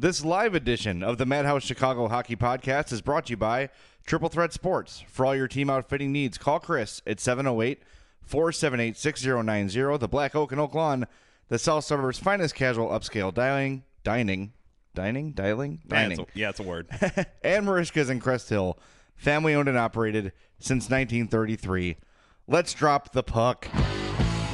This live edition of the Madhouse Chicago Hockey Podcast is brought to you by Triple Threat Sports. For all your team outfitting needs, call Chris at 708 478 6090, the Black Oak and Oak Lawn, the South Suburbs' finest casual upscale dialing, dining, dining, dialing, dining, Yeah, it's a, yeah, it's a word. and Marishka's in Crest Hill, family owned and operated since 1933. Let's drop the puck.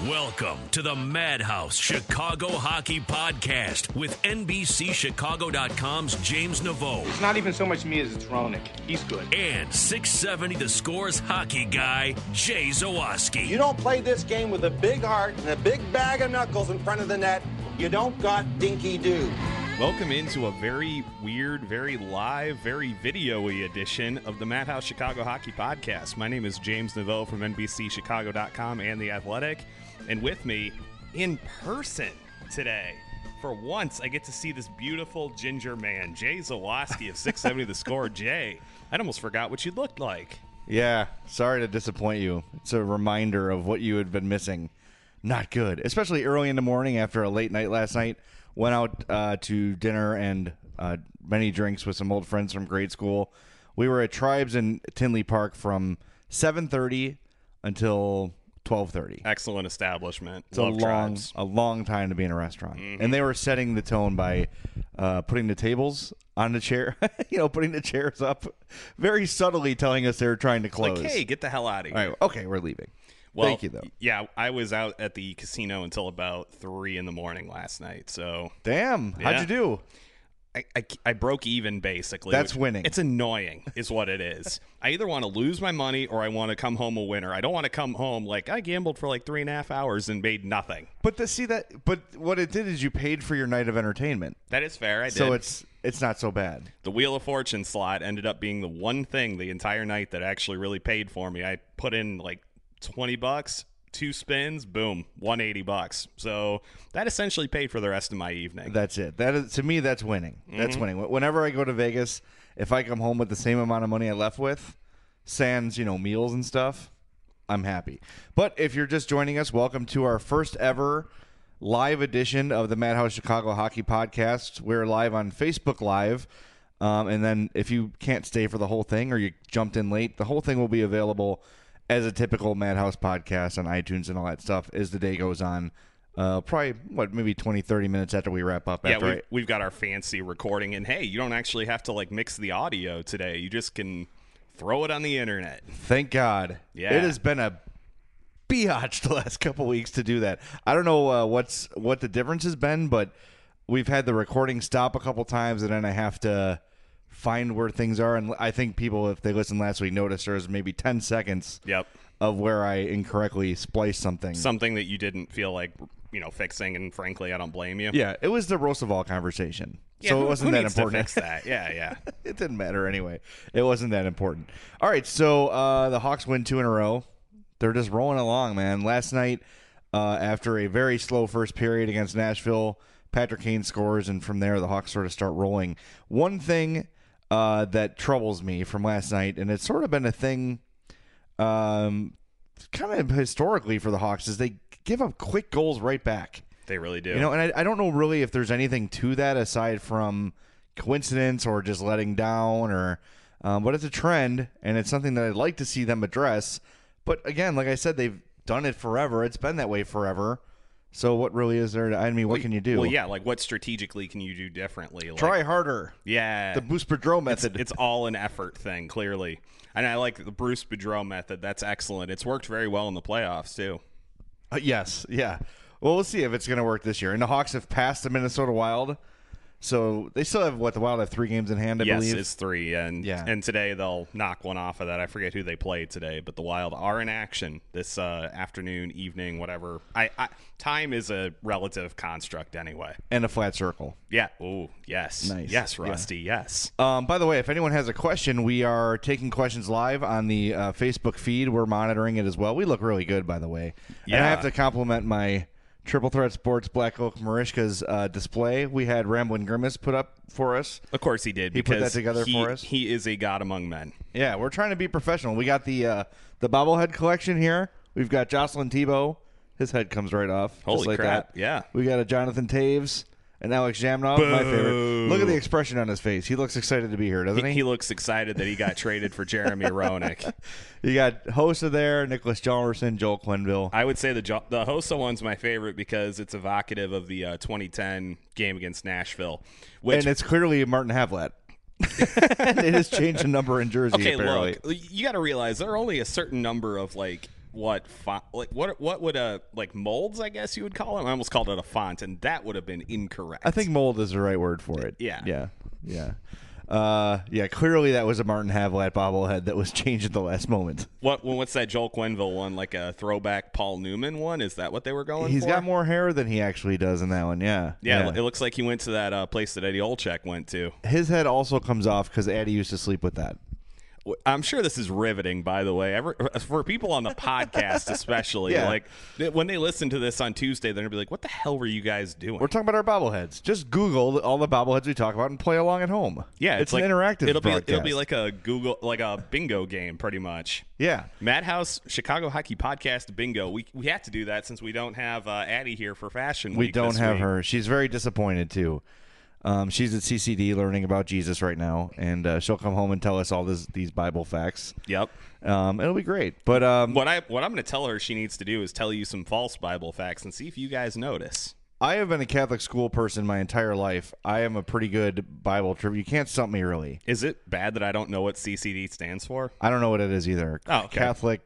Welcome to the Madhouse Chicago Hockey Podcast with NBCChicago.com's James Naveau It's not even so much me as it's Ronick. He's good. and 670 The Scores hockey guy, Jay Zawoski. You don't play this game with a big heart and a big bag of knuckles in front of the net. You don't got dinky do. Welcome into a very weird, very live, very video-y edition of the Madhouse Chicago Hockey Podcast. My name is James Naveau from NBCChicago.com and The Athletic, and with me in person today. For once, I get to see this beautiful ginger man, Jay Zawoski of 670 The Score. Jay, I almost forgot what you looked like. Yeah, sorry to disappoint you. It's a reminder of what you had been missing. Not good, especially early in the morning after a late night last night. Went out uh, to dinner and uh, many drinks with some old friends from grade school. We were at Tribes in Tinley Park from 7:30 until 12:30. Excellent establishment. It's a Love long, tribes. Mm-hmm. a long time to be in a restaurant, and they were setting the tone by uh, putting the tables on the chair, you know, putting the chairs up, very subtly telling us they were trying to close. Like, hey, get the hell out of here. All right. Okay, we're leaving. Well, Thank you, though. Yeah, I was out at the casino until about three in the morning last night. So Damn. Yeah. How'd you do? I, I, I broke even basically. That's which- winning. It's annoying, is what it is. I either want to lose my money or I want to come home a winner. I don't want to come home like I gambled for like three and a half hours and made nothing. But the, see that. But what it did is you paid for your night of entertainment, That is fair. I did. so it's it's not so bad. the Wheel of Fortune slot ended up being the one thing the entire night that actually really paid for me. I put in like twenty bucks, two spins, boom, one eighty bucks. So that essentially paid for the rest of my evening. That's it. That is to me. That's winning. Mm-hmm. That's winning. Wh- Whenever I go to Vegas, if I come home with the same amount of money I left with, sans you know meals and stuff, I'm happy. But if you're just joining us, welcome to our first ever live edition of the Madhouse Chicago Hockey Podcast. We're live on Facebook Live. Um, and then if you can't stay for the whole thing or you jumped in late, the whole thing will be available as a typical Madhouse podcast on iTunes and all that stuff as the day goes on. Uh, probably, what, maybe 20, 30 minutes after we wrap up. Yeah, after we've, I- we've got our fancy recording, and hey, you don't actually have to like mix the audio today. You just can throw it on the internet. Thank God. Yeah. It has been a biatch the last couple weeks to do that. I don't know uh, what's what the difference has been, but we've had the recording stop a couple times, and then I have to find where things are. And I think people, if they listened last week, noticed there was maybe ten seconds. Yep. Of where I incorrectly spliced something. Something that you didn't feel like you know fixing, and frankly, I don't blame you. yeah, it was the Roosevelt conversation. Yeah, so who- it wasn't who that needs important. To fix that? Yeah, yeah. it didn't matter anyway. It wasn't that important. All right, so uh, the Hawks win two in a row. They're just rolling along, man. Last night, uh, after a very slow first period against Nashville, Patrick Kane scores, and from there the Hawks sort of start rolling. One thing uh, that troubles me from last night, and it's sort of been a thing um, kind of historically for the Hawks, is they give up quick goals right back. They really do. You know, and I, I don't know really if there's anything to that aside from coincidence or just letting down or, um, but it's a trend and it's something that I'd like to see them address. But again, like I said, they've done it forever. It's been that way forever. So what really is there? To, I mean, what can you do? Well, yeah. Like, what strategically can you do differently? Like, Try harder. Yeah. The Bruce Boudreau it's, method. it's all an effort thing, clearly. And I like the Bruce Boudreau method. That's excellent. It's worked very well in the playoffs too. Uh, yes, yeah. Well, we'll see if it's going to work this year. And the Hawks have passed the Minnesota Wild, so they still have what the Wild have three games in hand, I yes, believe. it's three, and Yeah. and today they'll knock one off of that. I forget who they played today, but the Wild are in action this uh, afternoon, evening, whatever. I, I time is a relative construct anyway. and a flat circle. Yeah. Oh, yes. Nice. Yes, Yeah. Rusty. Yes. Um, by the way, if anyone has a question, we are taking questions live on the uh, Facebook feed. We're monitoring it as well. We look really good, by the way. And I Yeah. have to compliment my Triple Threat Sports Black Oak Marishka's uh, display. We had Ramblin' Grimace put up for us. Of course he did. He put that because together he- for us? He is a god among men. Yeah, we're trying to be professional. We got the uh, the bobblehead collection here. We've got Jocelyn Tebow. His head comes right off. Holy just like crap, That. yeah. We got a Jonathan Taves and Alex Jamnov, my favorite. Look at the expression on his face. He looks excited to be here, doesn't He, he looks excited that he got traded for Jeremy Roenick. You got Hosa there, Nicholas Jolerson, Joel Quenville. I would say the jo- the Hosa one's my favorite because it's evocative of the uh, 2010 game against Nashville, which and it's clearly Martin Havlat. they just changed the number in Jersey, okay, apparently. look, you got to realize there are only a certain number of like what font, like what what would a like molds, I guess you would call them. I almost called it a font, and that would have been incorrect. I think mold is the right word for it. Yeah. Yeah. Yeah. Uh, yeah, clearly that was a Martin Havlat bobblehead that was changed at the last moment. what well, what's that Joel Quenville one like a throwback Paul Newman one? Is that what they were going? He's for? got more hair than he actually does in that one. Yeah. Yeah, it looks like he went to that uh, place that Eddie Olchek went to. His head also comes off because Addie used to sleep with that. W- I'm sure this is riveting, by the way. Every, for people on the podcast, especially, Yeah. like th- when they listen to this on Tuesday, they're gonna be like, "What the hell were you guys doing?" We're talking about our bobbleheads. Just Google all the bobbleheads we talk about and play along at home. yeah, it's, like an interactive. It'll be it'll broadcast. be like a Google, like a bingo game, pretty much. yeah. Madhouse Chicago Hockey Podcast Bingo. We we have to do that since we don't have uh, Addie here for Fashion We Week don't this have week. her. She's very disappointed too. Um, she's at CCD learning about Jesus right now, and uh, she'll come home and tell us all this, these Bible facts. Yep. Um, it'll be great. But um, What I what I'm gonna tell her she needs to do is tell you some false Bible facts and see if you guys notice. I have been a Catholic school person my entire life. I am a pretty good Bible trivia. You can't stump me really. Is it bad that I don't know what CCD stands for? I don't know what it is either. Oh, okay. Catholic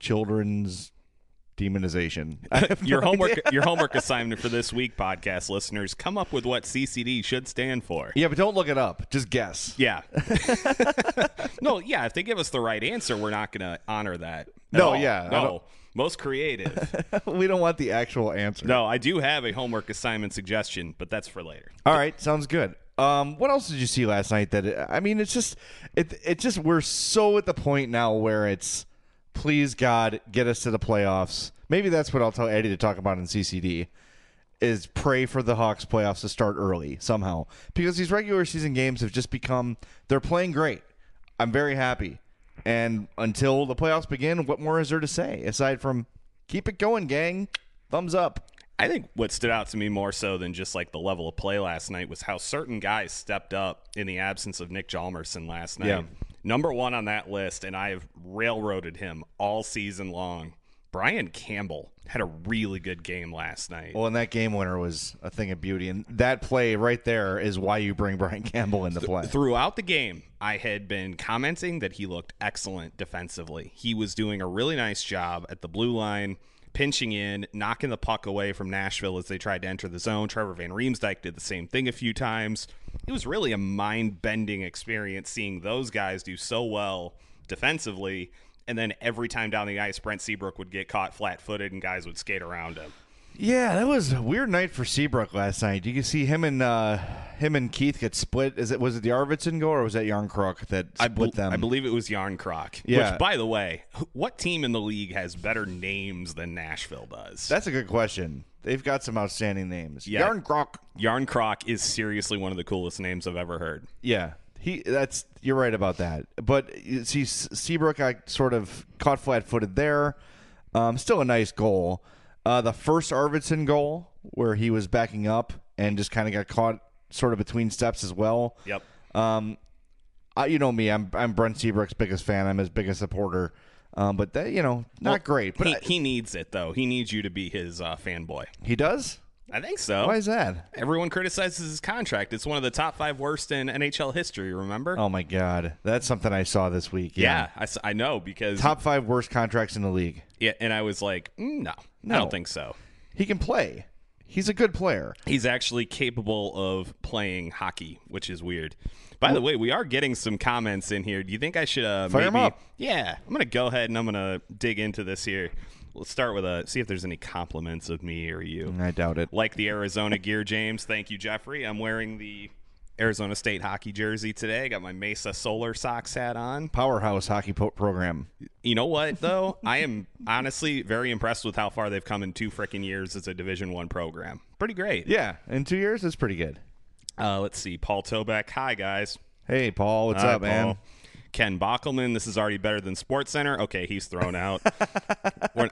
children's demonization. I have your no homework idea. your homework assignment for this week podcast listeners come up with what ccd should stand for Yeah, but don't look it up. Just guess. yeah no yeah if they give us the right answer we're not gonna honor that at No, all. yeah, I don't- no most creative we don't want the actual answer. no i do have a homework assignment suggestion but that's for later All right, sounds good. Um, what else did you see last night? That I mean, it's just it. It's just we're so at the point now where it's, please God, get us to the playoffs. Maybe that's what I'll tell Eddie to talk about in CCD. Is pray for the Hawks playoffs to start early somehow because these regular season games have just become they're playing great. I'm very happy, and until the playoffs begin, what more is there to say aside from keep it going, gang? Thumbs up. I think what stood out to me more so than just like the level of play last night was how certain guys stepped up in the absence of Nick Jalmerson last night. Yeah. Number one on that list, and I have railroaded him all season long. Brian Campbell had a really good game last night. Well, and that game winner was a thing of beauty, and that play right there is why you bring Brian Campbell into play. Throughout the game, I had been commenting that he looked excellent defensively. He was doing a really nice job at the blue line, pinching in, knocking the puck away from Nashville as they tried to enter the zone. Trevor Van Riemsdyk did the same thing a few times. It was really a mind bending experience seeing those guys do so well defensively. And then every time down the ice, Brent Seabrook would get caught flat footed and guys would skate around him. Yeah, that was a weird night for Seabrook last night. You can see him and uh, him and Keith get split. Is it was it the Arvidsson goal or was that Yarncroc that split I, bel- them? I believe it was Yarn Croc. Yeah. Which, by the way, wh- what team in the league has better names than Nashville does? that's a good question. They've got some outstanding names. Yeah. Yarncroc. Yarn Croc is seriously one of the coolest names I've ever heard. Yeah, he. That's you're right about that. But you see, S- Seabrook got sort of caught flat-footed there. Um, still a nice goal. Uh, the first Arvidsson goal where he was backing up and just kind of got caught sort of between steps as well. Yep. I, you know me, I'm I'm Brent Seabrook's biggest fan. I'm his biggest supporter. Um, but that you know, not great. But he, I- he, he needs it though. He needs you to be his uh, fanboy. does. I think so. Why is that? Everyone criticizes his contract. It's one of the top five worst in NHL history. Remember? Oh my god, that's something I saw this week. yeah. I s I I, know because top five worst contracts in the league. Yeah, and I was like, mm, no, I No. don't think so. He can play. He's a good player. He's actually capable of playing hockey, which is weird. By the way, we are getting some comments in here. Do you think I should uh, Fire 'em maybe- up. Yeah, I'm gonna go ahead and I'm gonna dig into this here. Let's start with a see if there's any compliments of me or you. I doubt it. like the Arizona gear, James. Thank you, Jeffrey. I'm wearing the Arizona State hockey jersey today. I got my Mesa Solar Sox hat on. Powerhouse hockey po- program. You know what though? I am honestly very impressed with how far they've come in two freaking years as a Division One program. Pretty great. Yeah, in two years, it's pretty good. Uh, let's see. Paul Toback. Hi guys. Hey, Paul, what's Hi, up, man? Paul. Ken Bockelman, this is already better than Sports Center. Okay, he's thrown out. we're,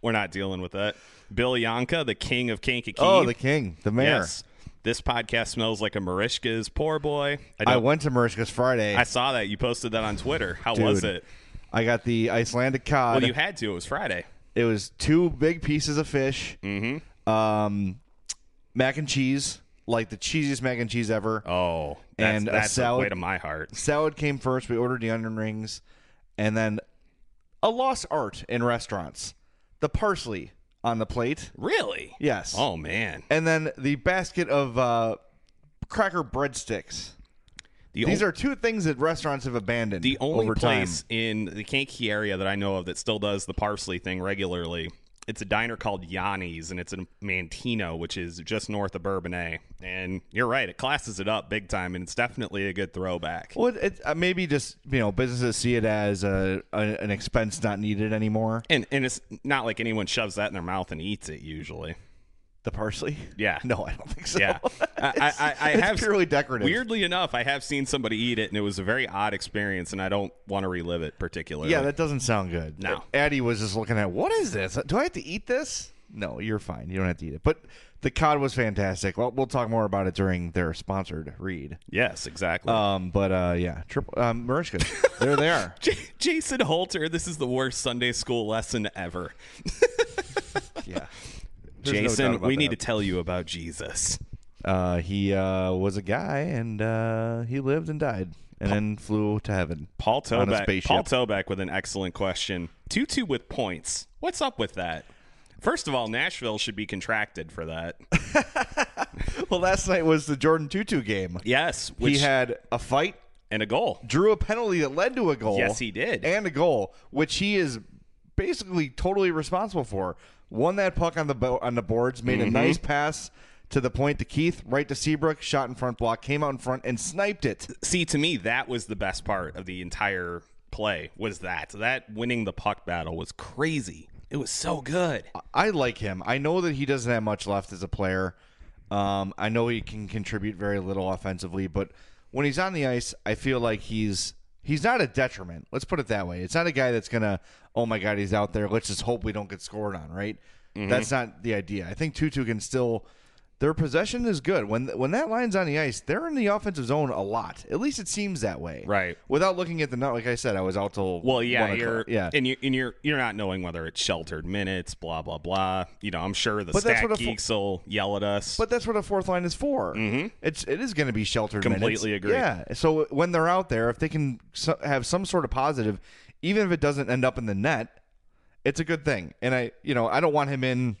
we're not dealing with that. Bill Yonka, the king of Kankakee. Oh, the king, the mayor. Yes. This podcast smells like a Marishka's poor boy. I, I don't- went to Mariska's Friday. I saw that you posted that on Twitter. How was Dude. it? I got the Icelandic cod. Well, you had to. It was Friday. It was two big pieces of fish, um, mac and cheese, like the cheesiest mac and cheese ever. Oh, that's, And a that's the salad- way to my heart. Salad came first. We ordered the onion rings, and then a lost art in restaurants: the parsley on the plate. Really? Yes. Oh man. And then the basket of uh, cracker breadsticks. The These o- are two things that restaurants have abandoned. the only over place time. in the Kankakee area that I know of that still does the parsley thing regularly. It's a diner called Yanni's, and it's in Mantino, which is just north of Bourbonnais. And you're right; it classes it up big time, and it's definitely a good throwback. Well, it, uh, maybe just you know businesses see it as a, a an expense not needed anymore. And and it's not like anyone shoves that in their mouth and eats it usually. The parsley? Yeah. No, I don't think so. Yeah, I, I, I, I It's have purely decorative. Weirdly enough, I have seen somebody eat it, and it was a very odd experience, and I don't want to relive it particularly. Yeah, that doesn't sound good. No. Addie was just looking at what is this? Do I have to eat this? No, you're fine. You don't have to eat it. But the cod was fantastic. Well, we'll talk more about it during their sponsored read. yes, exactly. Um, but uh, yeah, triple um, Mariska, there they are. J- Jason Holter, this is the worst Sunday school lesson ever. Yeah. There's no Jason, doubt about we need to that. tell you about Jesus. Uh, he uh, was a guy, and uh, he lived and died, and then flew to heaven. Paul on a Toback. spaceship. Paul Toback with an excellent question. Two two with points. What's up with that? First of all, Nashville should be contracted for that. well, last night was the Jordan Tutu game. Yes, he which, had a fight, and a goal. drew a penalty that led to a goal. Yes, he did. And a goal, which he is basically totally responsible for. Won that puck on the bo- on the boards, made a Mm-hmm. nice pass to the point to Keith, right to Seabrook, shot in front block, came out in front and sniped it. See, to me, that was the best part of the entire play. Was that that winning the puck battle was crazy. It was so good. I like him. I know that he doesn't have much left as a player. Um, I know he can contribute very little offensively, but when he's on the ice, I feel like he's he's not a detriment. Let's put it that way. It's not a guy that's gonna, oh my god, he's out there. Let's just hope we don't get scored on, right? Mm-hmm. That's not the idea. I think Tutu can still. Their possession is good when when that line's on the ice. They're in the offensive zone a lot. At least it seems that way, Right. Without looking at the net, like I said, I was out till Well, yeah, one o'clock. you're yeah. and you and you're you're not knowing whether it's sheltered minutes, blah blah blah. You know, I'm sure the But that's stat what a fo- geeks will yell at us. But that's what a fourth line is for. Mm-hmm. It's it is going to be sheltered. minutes. Completely agree. Yeah. So when they're out there, if they can so, have some sort of positive, even if it doesn't end up in the net, it's a good thing. And I, you know, I don't want him in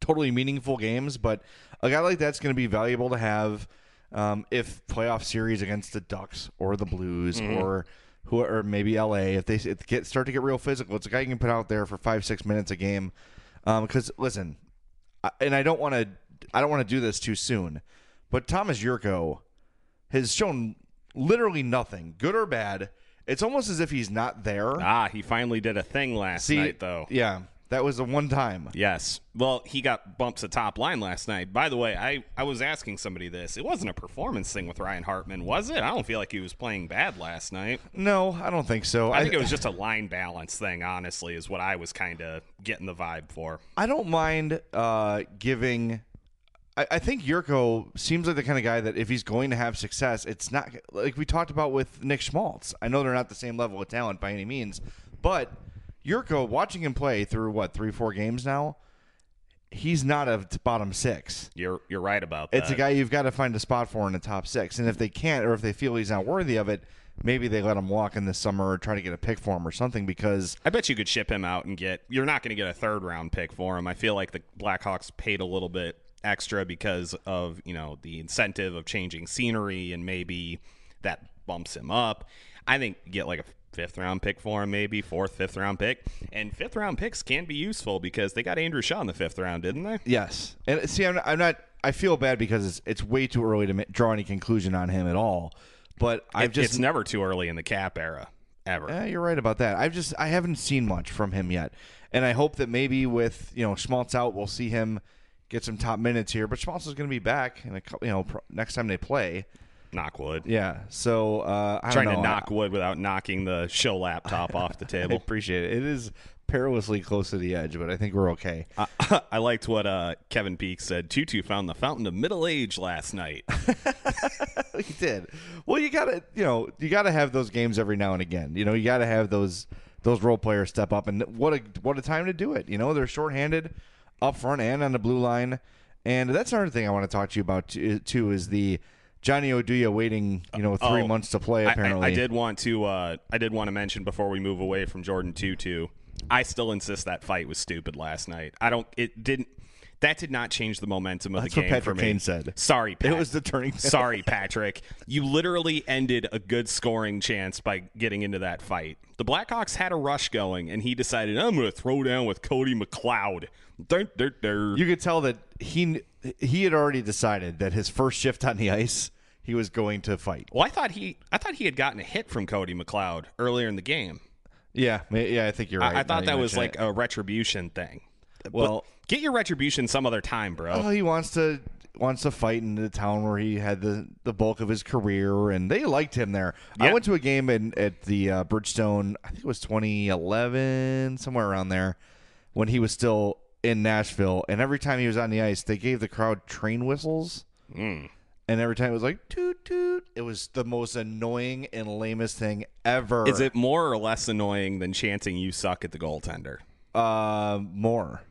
totally meaningful games, but a guy like that's going to be valuable to have um, if playoff series against the Ducks or the Blues or who or maybe LA if they if they get start to get real physical. It's a guy you can put out there for five six minutes a game. Because Um, listen, I- and I don't want to I don't want to do this too soon, but Thomas Yurko has shown literally nothing, good or bad. It's almost as if he's not there. Ah, he finally did a thing last See, night, though. yeah, that was the one time. Yes. Well, he got bumps at top line last night. By the way, I, I was asking somebody this. It wasn't a performance thing with Ryan Hartman, was it? I don't feel like he was playing bad last night. No, I don't think so. I think it was just a line balance thing, honestly, is what I was kind of getting the vibe for. I don't mind uh, giving. I, I think Yurko seems like the kind of guy that if he's going to have success, it's not like we talked about with Nick Schmaltz. I know they're not the same level of talent by any means, but Yurko, watching him play through what three, four games now, he's not a t- bottom six. You're you're right about that. It's a guy you've got to find a spot for in the top six, and if they can't, or if they feel he's not worthy of it, maybe they let him walk in this summer or try to get a pick for him or something because I bet you could ship him out and get. You're not going to get a third round pick for him. I feel like the Blackhawks paid a little bit extra because of you know the incentive of changing scenery and maybe that bumps him up. I think you get like a fifth round pick for him, maybe fourth, fifth round pick, and fifth round picks can be useful because they got Andrew Shaw in the fifth round, didn't they? Yes, and see, I'm not, I'm not. I feel bad because it's it's way too early to ma- draw any conclusion on him at all. But I've It- just it's never too early in the cap era, ever. Eh, you're right about that. I've just I haven't seen much from him yet, and I hope that maybe with you know Schmaltz out, we'll see him get some top minutes here. But Schmaltz is going to be back in a couple, you know, pro- next time they play. knock wood. Yeah, so uh, I don't Trying know. to knock I, wood without knocking the show laptop off the I table. appreciate it. It is perilously close to the edge, but I think we're okay. I, I liked what uh, Kevin Peek said. Tutu found the fountain of middle age last night. he did. Well, you gotta, you know, you gotta have those games every now and again. You know, you gotta have those those role players step up, and what a what a time to do it. You know, they're shorthanded up front and on the blue line, and that's another thing I want to talk to you about too, too is the Johnny Oduya waiting, you know, three three months to play. Apparently, Oh, I, did want to. Uh, I did want to mention before we move away from Jordan Tutu. I still insist that fight was stupid last night. I don't. It didn't. That did not change the momentum of That's the what game for Patrick me. Kane said. Sorry, Pat. was the turning point. Sorry, Patrick. You literally ended a good scoring chance by getting into that fight. The Blackhawks had a rush going, and he decided I'm going to throw down with Cody McLeod. Dun, dun, dun. You could tell that he he had already decided that his first shift on the ice, he was going to fight. Well, I thought he, I thought he had gotten a hit from Cody McLeod earlier in the game. Yeah, ma- yeah, I think you're I- right. I, now thought you that was mention like it. a retribution thing. Well- But get your retribution some other time, bro. Oh, he wants to wants to fight in the town where he had the, the bulk of his career, and they liked him there. I Yeah. went to a game in, at the uh, Bridgestone, I think it was 2011, somewhere around there, when he was still in Nashville. And every time he was on the ice, they gave the crowd train whistles. Mm. And every time it was like toot toot. It was the most annoying and lamest thing ever. Is it more or less annoying than chanting "you suck" at the goaltender? uh, more?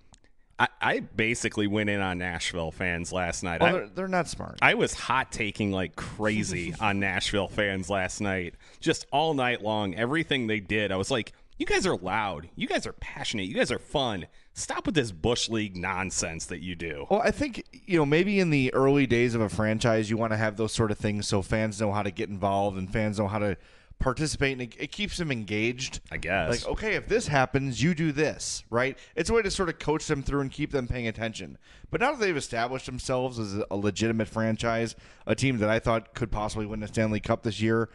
I, I basically went in on Nashville fans last night. Well, I- they're, they're not smart. I was hot taking like crazy on Nashville fans last night. Just all night long, everything they did, I was like, you guys are loud. You guys are passionate. You guys are fun. Stop with this Bush League nonsense that you do. Well, I think you know maybe in the early days of a franchise, you want to have those sort of things so fans know how to get involved and fans know how to participate, and it, it keeps them engaged. I guess. Like, okay, if this happens, you do this, right? It's a way to sort of coach them through and keep them paying attention. But now that they've established themselves as a legitimate franchise, a team that I thought could possibly win the Stanley Cup this year,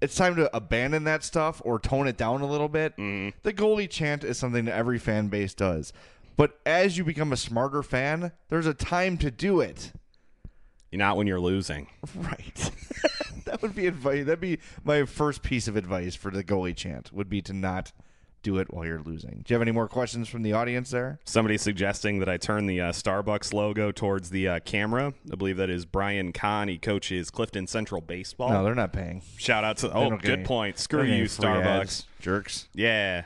it's time to abandon that stuff or tone it down a little bit. The goalie chant is something that every fan base does. But as you become a smarter fan, there's a time to do it. Not when you're losing. Right. that would be advice. That'd be my first piece of advice for the goalie chant would be to not do it while you're losing. Do you have any more questions from the audience there? Somebody suggesting that I turn the uh, Starbucks logo towards the uh, camera. I believe that is Brian Kahn. He coaches Clifton Central Baseball. No, they're not paying. Shout out to. They Oh, don't get good any- point. they Screw don't get you, any free Starbucks. ads, jerks. Yeah.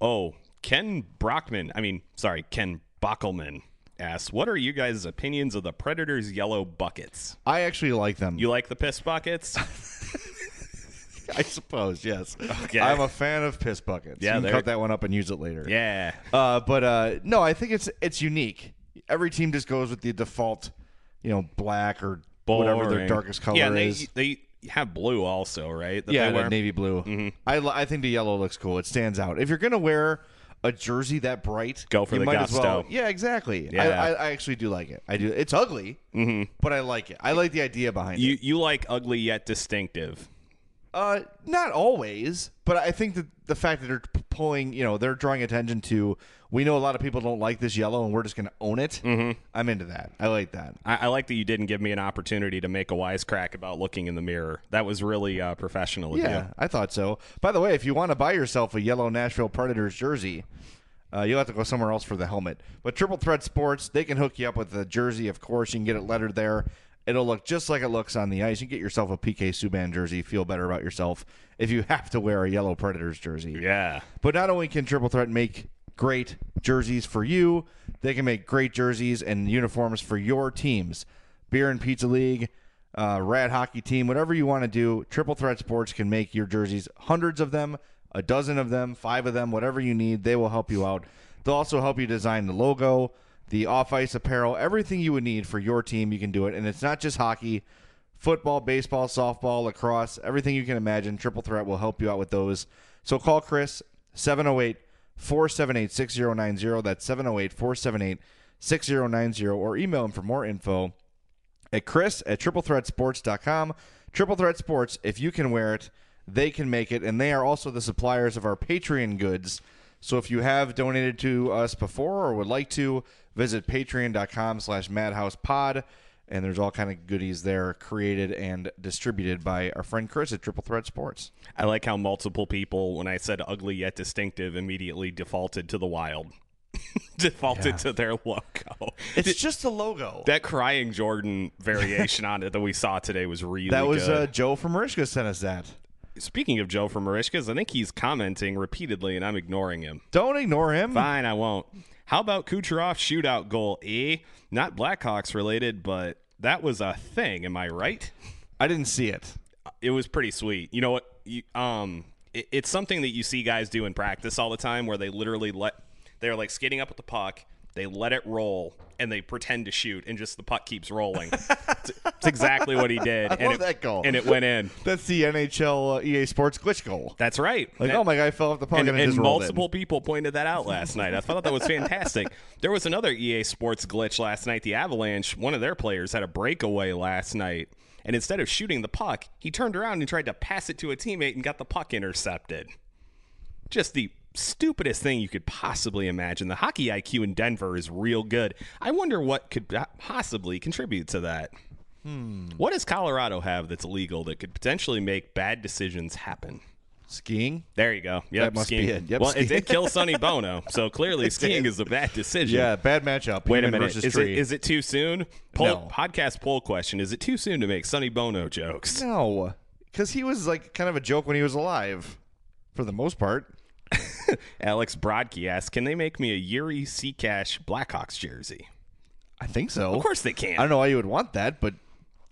Oh, Ken Brockman. I mean, sorry, Ken Bockelman asks, "What are you guys' opinions of the Predators' yellow buckets? I actually like them. You like the piss buckets? I suppose, yes. Okay. I'm a fan of piss buckets. Yeah, you can they're- cut that one up and use it later. yeah. Uh, but uh, no, I think it's it's unique. Every team just goes with the default, you know, black or whatever their Boring. darkest color Yeah, and is. they they have blue also, right? that yeah, they the wear? navy blue. I, li- I think the yellow looks cool. It stands out. If you're gonna wear a jersey that bright, Go for you the might as well. gusto. Yeah, exactly. I, Yeah. Mm-hmm. I, I actually do like it. I do. It's ugly, but I like it. I like the idea behind You it. you like ugly yet distinctive. Uh, not always, but I think that the fact that they're p- pulling, you know, they're drawing attention to. We know a lot of people don't like this yellow, and we're just going to own it. Mm-hmm. I'm into that. I like that. I, I like that you didn't give me an opportunity to make a wisecrack about looking in the mirror. That was really uh, professional of Yeah, you. I thought so. By the way, if you want to buy yourself a yellow Nashville Predators jersey, uh, you'll have to go somewhere else for the helmet. But Triple Threat Sports, they can hook you up with the jersey. Of course, you can get it lettered there. It'll look just like it looks on the ice. You can get yourself a PK Subban jersey. Feel better about yourself if you have to wear a yellow Predators jersey. Yeah. But not only can Triple Threat make great jerseys for you, they can make great jerseys and uniforms for your teams. Beer and Pizza League, uh, Rad Hockey Team, whatever you want to do, Triple Threat Sports can make your jerseys, hundreds of them, a dozen of them, five of them, whatever you need. They will help you out. They'll also help you design the logo, the off ice apparel, everything you would need for your team. You can do it. And it's not just hockey football, baseball, softball, lacrosse, everything you can imagine. Triple Threat will help you out with those. So call Chris 708 478 6090. That's 708 478 6090. Or email him for more info at Chris at triplethreatsports.com. Triple Threat Sports, if you can wear it, they can make it. And they are also the suppliers of our Patreon goods. So if you have donated to us before or would like to, visit patreon.com slash madhousepod. And there's all kind of goodies there created and distributed by our friend Chris at Triple Threat Sports. I like how multiple people, when I said ugly yet distinctive, immediately defaulted to the wild, defaulted to their logo. It's just a logo. That crying Jordan variation on it that we saw today was really That was uh, good. Joe from Marishka sent us that. Speaking of Joe from Marishka's, I think he's commenting repeatedly, and I'm ignoring him. Don't ignore him. Fine, I won't. How about Kucherov shootout goal? Eh, not Blackhawks related, but that was a thing. Am I right? I didn't see it. It was pretty sweet. You know what? You, um, it, it's something that you see guys do in practice all the time, where they literally let they're like skating up with the puck, they let it roll, and they pretend to shoot, and just the puck keeps rolling. it's, it's exactly what he did. and love it, that goal. and it went in. That's the NHL uh, EA Sports glitch goal. That's right. Like, That- oh my guy fell off the puck and, and, it and just rolled in. multiple people pointed that out last night. I thought that was fantastic. There was another EA Sports glitch last night. The Avalanche, one of their players, had a breakaway last night, and instead of shooting the puck, he turned around and tried to pass it to a teammate and got the puck intercepted. Just the stupidest thing you could possibly imagine. The hockey IQ in Denver is real good. I wonder what could possibly contribute to that. Hmm. What does Colorado have that's illegal that could potentially make bad decisions happen? Skiing? There you go. Yep, That must skiing. be it. Yep, well, it skiing. did kill Sonny Bono, so clearly skiing is a bad decision. Yeah, bad matchup. Wait a Human minute. versus Is tree. it, is it too soon? Poll, No. Podcast poll question: Is it too soon to make Sonny Bono jokes? no, because he was like kind of a joke when he was alive, for the most part. Alex Brodke asks, "Can they make me a Yuri Seacash Blackhawks jersey?" I think so. Of course they can. I don't know why you would want that, but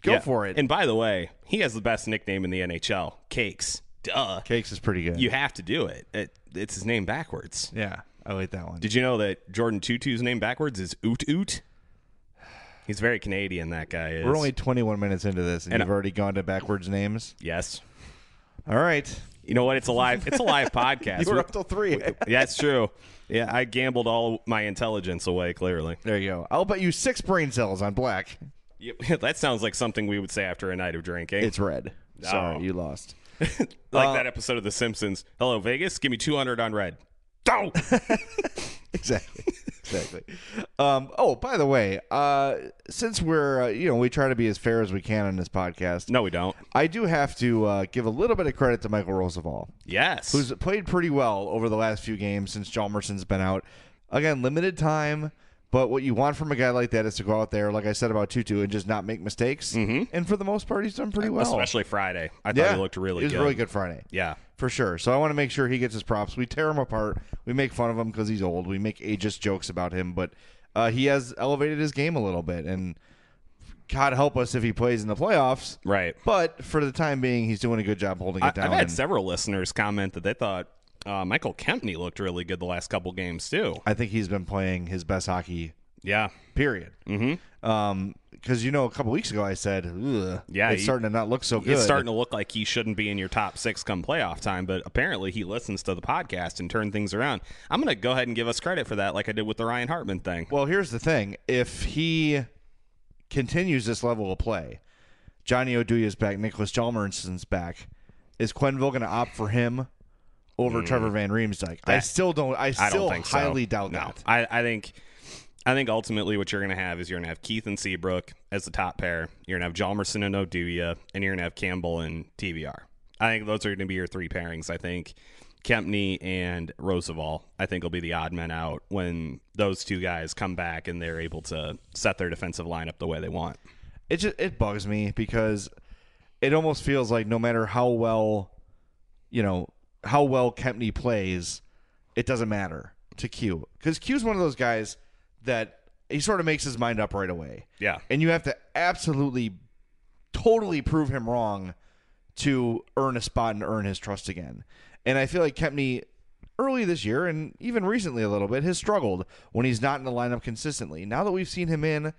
go Yeah. for it. And by the way, he has the best nickname in the NHL: Cakes. Duh. Cakes is pretty good. You have to do it. it. It's his name backwards. yeah, I like that one. Did you know that Jordan Tutu's name backwards is Oot Oot? He's very Canadian. That guy is. We're only 21 minutes into this, and, And- you've already gone to backwards names. yes. All right, You know what? It's a live. It's a live podcast. you were We- up till three. yeah, it's true. Yeah, I gambled all my intelligence away. Clearly, there you go. I'll bet you six brain cells on black. Yeah, that sounds like something we would say after a night of drinking. It's red. Oh. Sorry, you lost. uh, like that episode of The Simpsons. Hello, Vegas. Give me two hundred on red. Don't. exactly exactly um, oh by the way uh, since we're uh, you know we try to be as fair as we can on this podcast no, we don't. i do have to uh, give a little bit of credit to michael roosevelt Yes. who's played pretty well over the last few games since Jalmerson's been out. Again, limited time, but what you want from a guy like that is to go out there, like I said about Tutu, and just not make mistakes. Mm-hmm. And for the most part, he's done pretty well. especially Friday. I thought yeah, he looked really He was good. really good Friday. Yeah. For sure. So I want to make sure he gets his props. We tear him apart. We make fun of him because he's old. We make ageist jokes about him, but uh, he has elevated his game a little bit. And God help us if he plays in the playoffs. Right. But for the time being, he's doing a good job holding I, it down. have had and- several listeners comment that they thought uh, Michael Kempney looked really good the last couple games too. I think he's been playing his best hockey Yeah. Period. Mm-hmm. because you know, a couple weeks ago I said, Ugh, Yeah, it's he- starting to not look so good. It's starting to look like he shouldn't be in your top six come playoff time, but apparently he listens to the podcast and turned things around. I'm going to go ahead and give us credit for that, like I did with the Ryan Hartman thing. Well, here's the thing: if he continues this level of play, Johnny Oduya's back, Nicholas Jalmerson's back. Is Quenville going to opt for him over Trevor Van Riemsdyk? I Hmm. That- still don't. I still I don't think so. highly doubt no. that. I, I think I think ultimately what you're going to have is you're going to have Keith and Seabrook as the top pair. You're going to have Jalmerson and Oduya, and you're going to have Campbell and TVR. I think those are going to be your three pairings. I think Kempney and Roosevelt, I think, will be the odd men out when those two guys come back and they're able to set their defensive lineup the way they want. it just it bugs me because it almost feels like no matter how well you know how well Kempney plays, it doesn't matter to Q because Q's one of those guys that he sort of makes his mind up right away. Yeah. and you have to absolutely, totally prove him wrong to earn a spot and earn his trust again. And I feel like Kempney early this year and even recently a little bit has struggled when he's not in the lineup consistently. Now that we've seen him in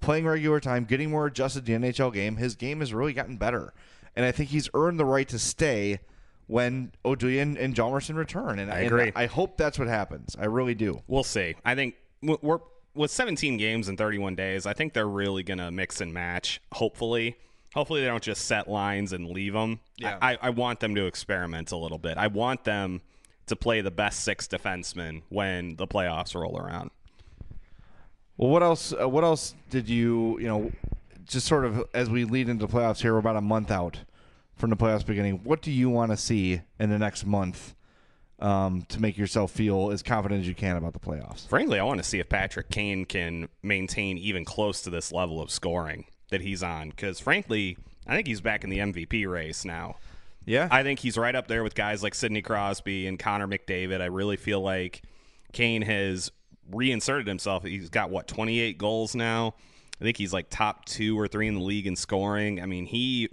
playing regular time, getting more adjusted to the NHL game, his game has really gotten better. And I think he's earned the right to stay when Oduya and, and Jalmerson return. And I agree. I hope that's what happens. I really do. We'll see. I think w- we're with 17 games in 31 days. I think they're really gonna mix and match. Hopefully, hopefully they don't just set lines and leave them. Yeah. I, I want them to experiment a little bit. I want them to play the best six defensemen when the playoffs roll around. Well, what else? Uh, what else did you? You know, just sort of as we lead into the playoffs here, we're about a month out from the playoffs beginning. What do you want to see in the next month um, to make yourself feel as confident as you can about the playoffs? Frankly, I want to see if Patrick Kane can maintain even close to this level of scoring that he's on. Because frankly, I think he's back in the MVP race now. Yeah, I think he's right up there with guys like Sidney Crosby and Connor McDavid. I really feel like Kane has reinserted himself. He's got what 28 goals now. I think he's like top 2 or 3 in the league in scoring. I mean, he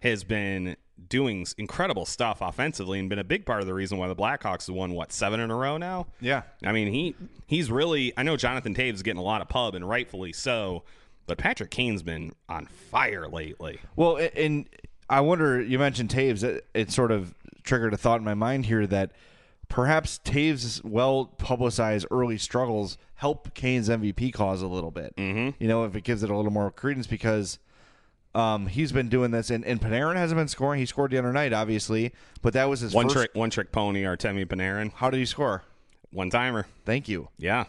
has been doing s- incredible stuff offensively and been a big part of the reason why the Blackhawks have won what 7 in a row now. Yeah. I mean, he he's really I know Jonathan Taves getting a lot of pub and rightfully so, but Patrick Kane's been on fire lately. Well, a- and I wonder. You mentioned Taves. It, it sort of triggered a thought in my mind here that perhaps Taves' well publicized early struggles help Kane's MVP cause a little bit. Mm-hmm. You know, if it gives it a little more credence because. Um, he's been doing this, and, and Panarin hasn't been scoring. He scored the other night, obviously, but that was his One first- trick one trick pony Artemi Panarin. How did he score? One timer. Thank you. Yeah.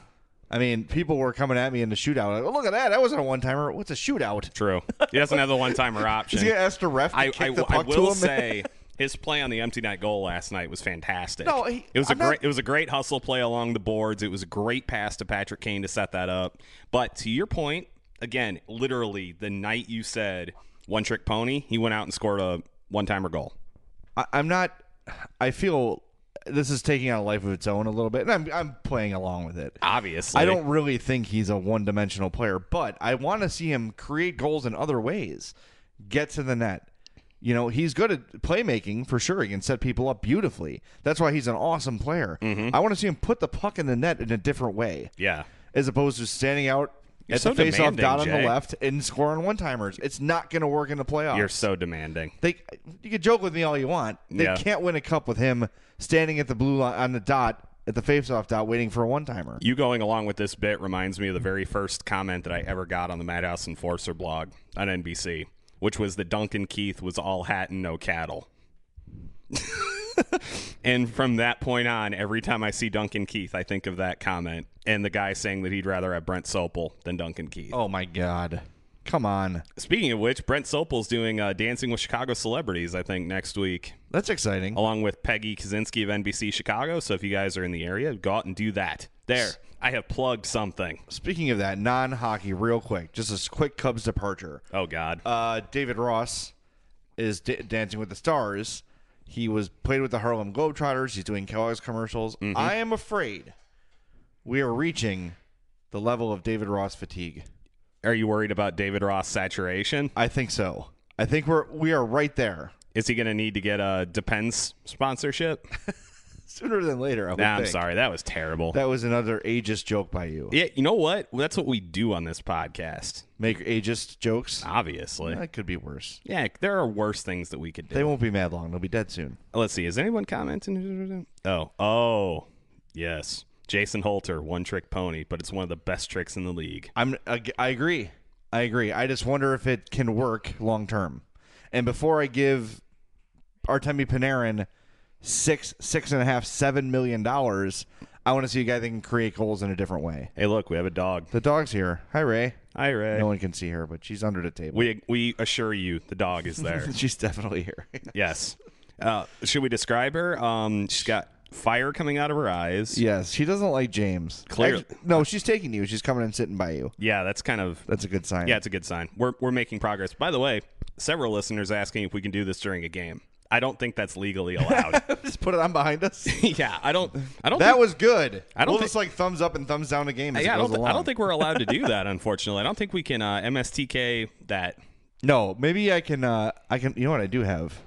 I mean, people were coming at me in the shootout. Like, oh, look at that! That wasn't a one timer. What's a shootout? True. He doesn't have the one timer option. He's gonna ask the ref to I, kick I- the I puck to will him. say his play on the empty net goal last night was fantastic. No, he- it was a I'm not- great it was a great hustle play along the boards. It was a great pass to Patrick Kane to set that up. But to your point, again, literally the night you said one trick pony, he went out and scored a one timer goal. I, I'm not. I feel this is taking on a life of its own a little bit, and I'm I'm playing along with it. Obviously, I don't really think he's a one dimensional player, but I want to see him create goals in other ways, get to the net. You know, he's good at playmaking for sure. He can set people up beautifully. That's why he's an awesome player. I want to see him put the puck in the net in a different way. Mm-hmm. Yeah. As opposed to standing out You're at so the faceoff demanding, dot on Jay. the left and scoring one timers. It's not going to work in the playoffs You're so demanding. they you can joke with me all you want. They Yeah. can't win a cup with him standing at the blue line on the dot at the faceoff dot waiting for a one timer. You going along with this bit reminds me of the very first comment that I ever got on the Madhouse Enforcer blog on NBC, which was that Duncan Keith was all hat and no cattle. and from that point on, every time I see Duncan Keith, I think of that comment and the guy saying that he'd rather have Brent Sopel than Duncan Keith. Oh my god. Come on. Speaking of which, Brent Sopel's doing uh, Dancing with Chicago Celebrities, I think, next week, That's exciting. along with Peggy Kaczynski of NBC Chicago. So if you guys are in the area, go out and do that. There, I have plugged something. Speaking of that, non hockey, real quick, just a quick Cubs departure. Oh, God. Uh, David Ross is da- Dancing with the Stars. He was played with the Harlem Globetrotters. He's doing Kellogg's commercials. I am afraid we are reaching the level of David Ross fatigue. Are you worried about David Ross saturation? I think so. I think we're we are right there. Is he going to need to get a Depends sponsorship? sooner than later. I would Nah, I'm think. sorry. That was terrible. That was another ageist joke by you. yeah, you know what? Well, that's what we do on this podcast. Make ageist jokes. Obviously. That could be worse. Yeah, there are worse things that we could do. They won't be mad long. They'll be dead soon. Let's see. Is anyone commenting? Oh, oh, yes. Jason Holter, one trick pony, but it's one of the best tricks in the league. I'm. I, I agree. I agree. I just wonder if it can work long term. And before I give Artemi Panarin six, six and a half, seven million dollars, I want to see a guy that can create goals in a different way. Hey, look, we have a dog. The dog's here. Hi, Ray. Hi, Ray. No one can see her, but she's under the table. we we assure you, the dog is there. she's definitely here. yes. Uh, should we describe her? Um, she's got fire coming out of her eyes. yes, she doesn't like James. Clearly. Actu- no, she's taking you. She's coming and sitting by you. Yeah, that's kind of That's a good sign. yeah, it's a good sign. We're we're making progress. By the way, several listeners asking if we can do this during a game. I don't think that's legally allowed. just put it on behind us. yeah, I don't. I don't. That think, was good. I don't we'll thi- just like thumbs up and thumbs down the game. As Yeah, it I goes don't, thi- I along. don't think we're allowed to do that. Unfortunately, I don't think we can uh, MSTK that. No, maybe I can. uh I can. You know what I do have?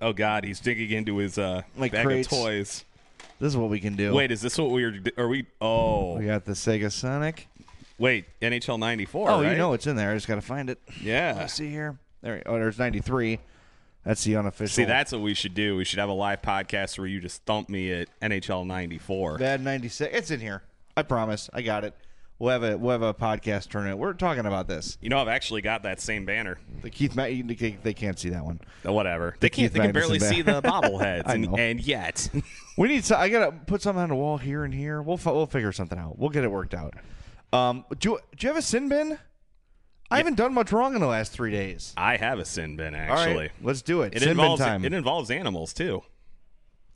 Oh God, he's digging into his uh, Like bag crates. Oh. of toys. This is what we can do. Wait, is this what we are? Are we? Oh, we got the Sega Sonic. wait, NHL '94. Oh, right? you know it's in there. I just gotta find it. Yeah. Let's see here. There. we- Oh, there's 93. That's the unofficial. See, that's what we should do. We should have a live podcast where you just thump me at NHL '94. bad 96. It's in here. I promise. I got it. We'll have a we'll have a podcast tournament. We're talking about this. you know, I've actually got that same banner. The Keith Matt. They, they can't see that one. Uh, Whatever. They can't. Keith They can barely Magnuson see the banner. bobbleheads, I and, know. and yet, We need. To, I gotta put something on the wall here and here. We'll fi- we'll figure something out. We'll get it worked out. Um, do you, do you have a sin bin? I haven't done much wrong in the last three days. I have a sin bin. All right, Actually, let's do it. it sin bin involves time. it involves animals too.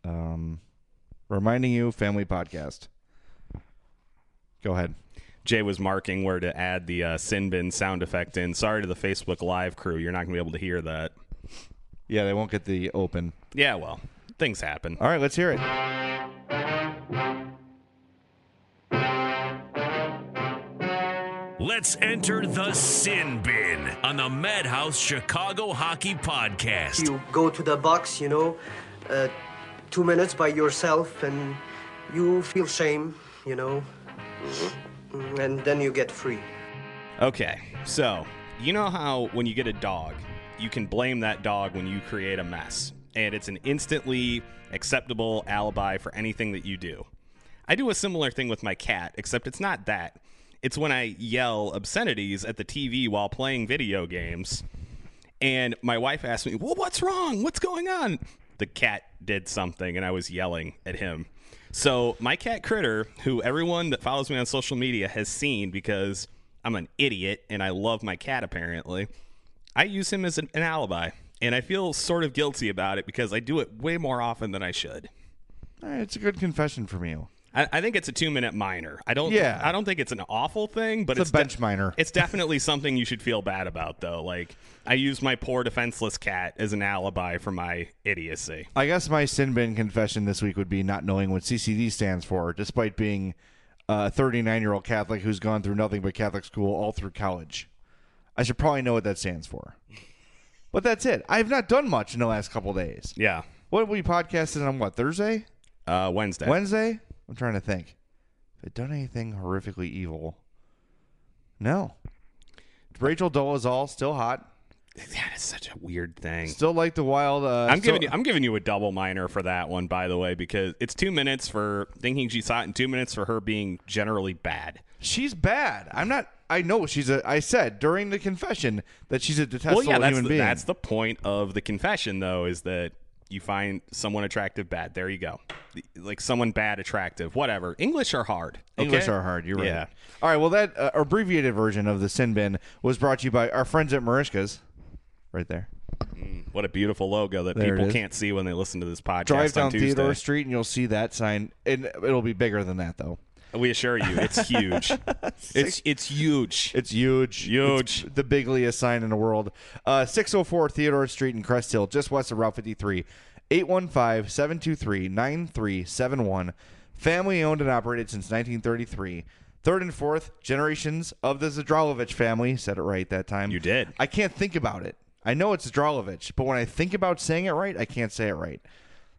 um, reminding you, family podcast. Go ahead. Jay was marking where to add the uh, sin bin sound effect in. Sorry to the Facebook Live crew, you're not going to be able to hear that. Yeah, they won't get the open. Yeah, well, things happen. All right, let's hear it. Let's enter the sin bin on the Madhouse Chicago Hockey Podcast. You go to the box, you know, uh, two minutes by yourself, and you feel shame, you know, Mm, and then you get free. Okay, so you know how when you get a dog, you can blame that dog when you create a mess, and it's an instantly acceptable alibi for anything that you do. I do a similar thing with my cat, except it's not that. It's when I yell obscenities at the TV while playing video games. And my wife asked me, Well, what's wrong? What's going on? The cat did something, and I was yelling at him. So, my cat Critter, who everyone that follows me on social media has seen because I'm an idiot and I love my cat apparently, I use him as an, an alibi. And I feel sort of guilty about it because I do it way more often than I should. All right, it's a good confession from you. I, I think it's a two minute minor. I don't. Yeah. I don't think it's an awful thing, but It's a it's, bench minor. It's definitely something you should feel bad about, though. Like I use my poor defenseless cat as an alibi for my idiocy. I guess my sin bin confession this week would be not knowing what CCD stands for, despite being a 39 year old Catholic who's gone through nothing but Catholic school all through college. I should probably know what that stands for. But that's it. I have not done much in the last couple days. Yeah. What we podcasted on what Thursday, Uh, Wednesday. Wednesday? I'm trying to think. Have I done anything horrifically evil? No. Rachel Dolezal still hot. That is such a weird thing. Still like the wild. Uh, Mm. I'm still- giving you. I'm giving you a double minor for that one, by the way, because it's two minutes for thinking she's hot and two minutes for her being generally bad. She's bad. I'm not. I know she's a. I said during the confession that she's a detestable well, yeah, that's human the, being. that's the point of the confession, though, is that you find someone attractive bad. There you go, like someone bad attractive, whatever. English are hard. okay? English are hard. You're right. Yeah. All right. Well, that uh, abbreviated version of the sin bin was brought to you by our friends at Marishka's, right there. What a beautiful logo that There it people is. can't see when they listen to this podcast. Drive down on Tuesday. Theodore Street and you'll see that sign, and it'll be bigger than that though. We assure you, it's huge. it's it's huge. It's huge. Huge. It's the bigliest sign in the world. Uh, 604 Theodore Street in Crest Hill, just west of Route 53. 815 723 9371. Family owned and operated since 1933. Third and fourth generations of the Zadralovich family. Said it right that time. You did. I can't think about it. I know it's Zadralovich, but when I think about saying it right, I can't say it right.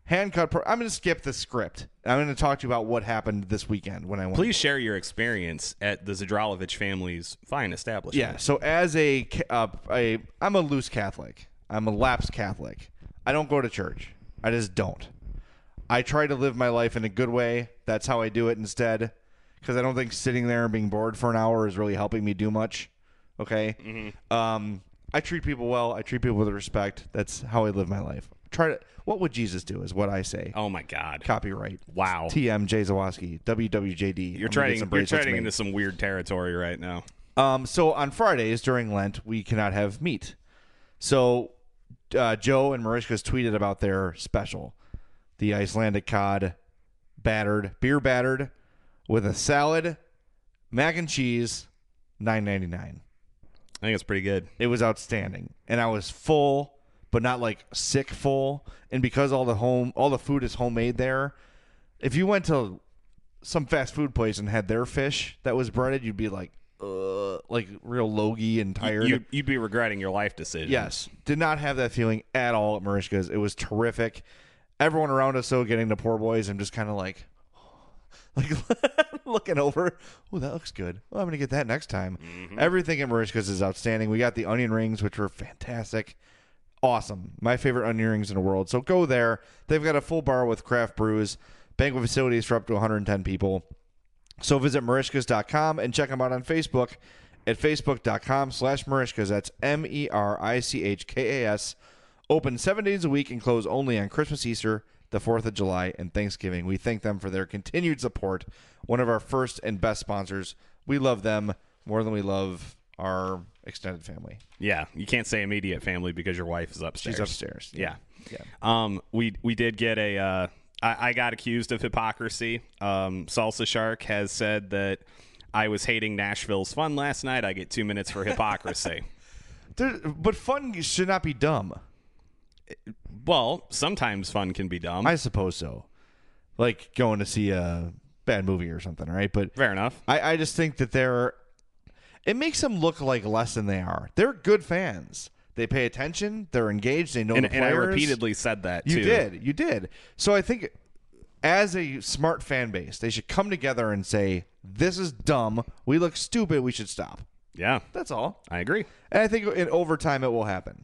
Handcut. Pro- I'm going to skip the script. I'm going to talk to you about what happened this weekend when I went. Please share your experience at the Zadralovich family's fine establishment. Yeah. So as a, ca- uh, a I'm a loose Catholic. I'm a lapsed Catholic. I don't go to church. I just don't. I try to live my life in a good way. That's how I do it instead, because I don't think sitting there and being bored for an hour is really helping me do much. Okay. Mm-hmm. Um, I treat people well. I treat people with respect. That's how I live my life. Try to. What would Jesus do? Is what I say. Oh my God. Copyright. Wow. TM Jay Zawoski. WWJD. You're I'm gonna get treading, some you're bracelets treading made. into some weird territory right now. Um, so on Fridays during Lent, we cannot have meat. So uh, Joe and Marishka's tweeted about their special, the Icelandic cod, battered beer battered, with a salad, mac and cheese, nine ninety nine. I think it's pretty good. It was outstanding, and I was full, but not like sick full. And because all the home, all the food is homemade there. If you went to some fast food place and had their fish that was breaded, you'd be like, uh, like real logy and tired. You, you'd be regretting your life decision. yes, did not have that feeling at all at Marishka's. It was terrific. Everyone around us, so getting the poor boys, I'm just kind of like, like looking over. Oh, that looks good. Well, I'm gonna get that next time. Everything at Marishka's is outstanding. We got the onion rings, which were fantastic, awesome. My favorite onion rings in the world. So go there. They've got a full bar with craft brews, banquet facilities for up to 110 people. So visit Marishkas.com and check them out on Facebook at facebook.com slash Marishkas. That's M E R I C H K A S. Open seven days a week and close only on Christmas, Easter, the 4th of July, and Thanksgiving. We thank them for their continued support. One of our first and best sponsors. We love them more than we love our extended family. Yeah. You can't say immediate family because your wife is upstairs. She's upstairs. Yeah. Um, we we did get a. Uh, I, I got accused of hypocrisy. Um, Salsa Shark has said that I was hating Nashville's fun last night. I get two minutes for hypocrisy. There- but fun should not be dumb. well, sometimes fun can be dumb. I suppose so. Like going to see a bad movie or something, right? But Fair enough. I, I just think that they're it makes them look like less than they are. They're good fans. They pay attention. They're engaged. They know And, the and I players. repeatedly said that You too. did. You did. So I think as a smart fan base, they should come together and say, "This is dumb. We look stupid. We should stop." Yeah, That's all. I agree. And I think in overtime it will happen.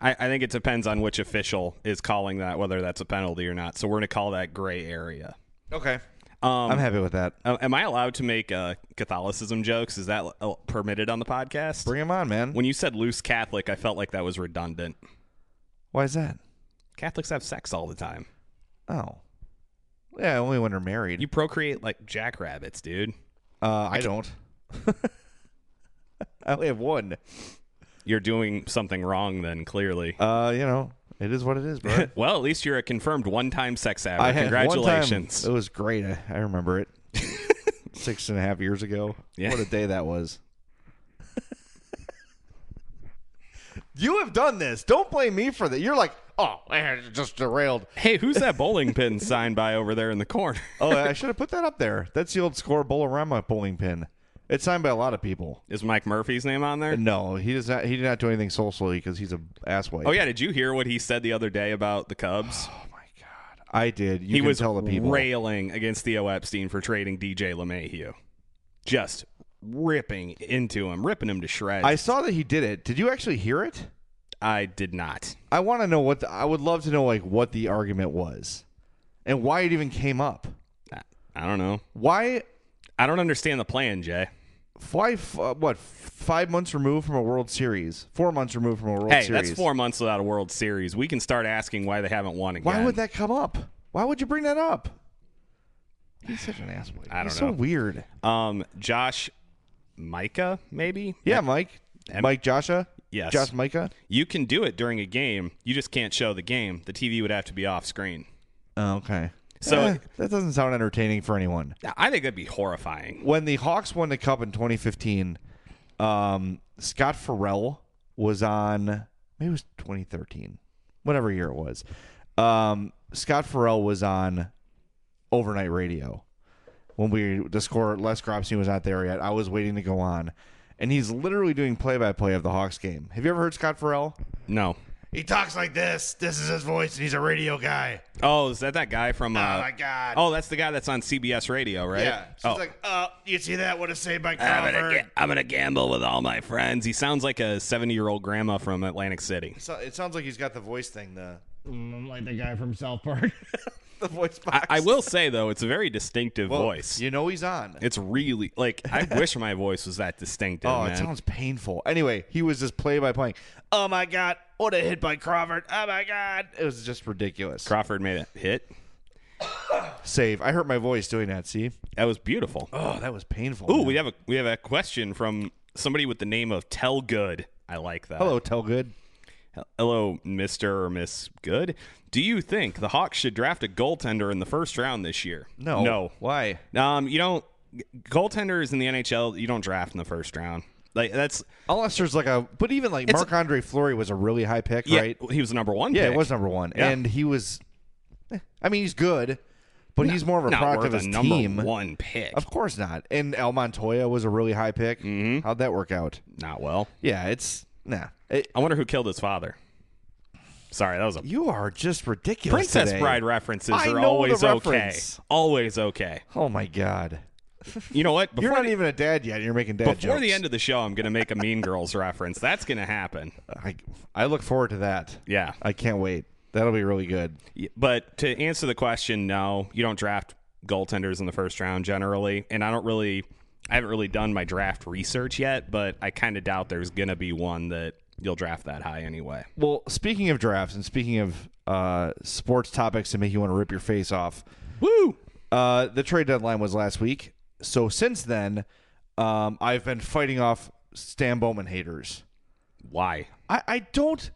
I, I think it depends on which official is calling that, whether that's a penalty or not. So we're going to call that gray area. Okay. Um, I'm happy with that. Uh, am I allowed to make uh, Catholicism jokes? Is that uh, permitted on the podcast? Bring him on, man. when you said loose Catholic, I felt like that was redundant. Why is that? Catholics have sex all the time. Oh. Yeah, only when they're married. You procreate like jackrabbits, dude. uh, I don't. I only have one. You're doing something wrong then, clearly. Uh, you know, it is what it is, bro. well, at least you're a confirmed one-time sex addict. I had Congratulations. One time, it was great. I, I remember it. Six and a half years ago. Yeah. What a day that was. you have done this. Don't blame me for that. You're like, oh, I just derailed. Hey, who's that bowling pin signed by over there in the corner? Oh, I should have put that up there. That's the old score Bolorama bowling pin. It's signed by a lot of people. Is Mike Murphy's name on there? No, he does not. He did not do anything socially because he's a asswipe. Oh yeah, did you hear what he said the other day about the Cubs? I did. You he can was tell the people. railing against Theo Epstein for trading DJ LeMahieu. Just ripping into him, ripping him to shreds. I saw that he did it. Did you actually hear it? I did not. I want to know what the, I would love to know like what the argument was and why it even came up. I- I don't know. Why I don't understand the plan, Jay. why f- uh, what 5 months removed from a World Series, 4 months removed from a World hey, Series. that's four months without a World Series. We can start asking why they haven't won again. Why would that come up? Why would you bring that up? He's such an asshole. I don't He's know. so weird. Um, Josh Micah, maybe. Yeah, Mike. Mike Joshua? Yes. Josh Micah? You can do it during a game. You just can't show the game. The TV would have to be off screen. Oh, okay. Uh, So- Eh, that doesn't sound entertaining for anyone. I think that'd be horrifying. when the Hawks won the cup in 2015, um, Scott Farrell was on. Maybe it was 2013, whatever year it was. Um, Scott Farrell was on overnight radio when we the score. Les Gropsy was not there yet. I was waiting to go on, and he's literally doing play by play of the Hawks game. Have you ever heard Scott Farrell? No. He talks like this. This is his voice, and he's a radio guy. Oh, is that that guy from? Uh, Oh, my God. Oh, that's the guy that's on CBS Radio, right? Yeah. She's oh. like, uh, you see that? What a save by I'm Crawford. gonna, ga- I'm gonna gamble with all my friends. He sounds like a 70 year old grandma from Atlantic City. So- it sounds like he's got the voice thing. The Mm, like the guy from South Park. the voice I, box. I will say though, it's a very distinctive Well, voice. You know he's on. It's really like I wish my voice was that distinctive. oh, man. it sounds painful. Anyway, he was just play by playing. Oh my god, what a hit by Crawford. Oh my god, it was just ridiculous. Crawford made a hit. save. I hurt my voice doing that. See? That was beautiful. Oh, that was painful. Ooh, man. we have a we have a question from somebody with the name of Tell Good. I like that. Hello, Telgood. Hello, Mr. or Miss Good. Do you think the Hawks should draft a goaltender in the first round this year? No. No. Why? Um, you don't goaltenders in the NHL, you don't draft in the first round. Like that's Unless there's like a, but even like It's- Marc Andre Fleury was a really high pick, yeah, right? He was the number one. Yeah, pick. it was number one, Yeah. and he was. eh, I mean, he's good, but he's more of a Not product of worth his a number team. one pick. Of course not. And El Montoya was a really high pick. Mm-hmm. How'd that work out? Not well. Yeah, it's nah. It- I wonder who killed his father. Sorry, that was a you are just ridiculous. Princess today. Bride references I are know always the okay. reference. Always okay. Oh my god, You know what? Before you're not the, even a dad yet. and You're making dad before jokes. the end of the show, I'm going to make a Mean Girls reference. That's going to happen. I, I look forward to that. Yeah. I can't wait. That'll be really good. Y- But to answer the question, no, you don't draft goaltenders in the first round generally, and I don't really, I haven't really done my draft research yet, but I kind of doubt there's gonna be one that you'll draft that high anyway. Well, speaking of drafts and speaking of uh, sports topics to make you want to rip your face off, Woo! uh, the trade deadline was last week. So since then, um, I've been fighting off Stan Bowman haters. Why? I, I don't.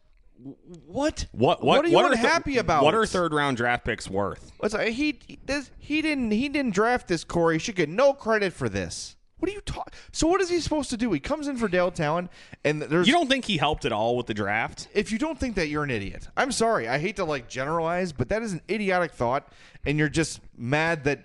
What? What? What? are you are thir- unhappy about? What are third round draft picks worth? What's uh, he this, he didn't he didn't draft this Corey. He should get no credit for this. What are you talking? So what is he supposed to do? He comes in for Dale Talon, and there's You don't think he helped at all with the draft? if you don't think that you're an idiot i'm sorry i hate to like generalize but that is an idiotic thought and you're just mad that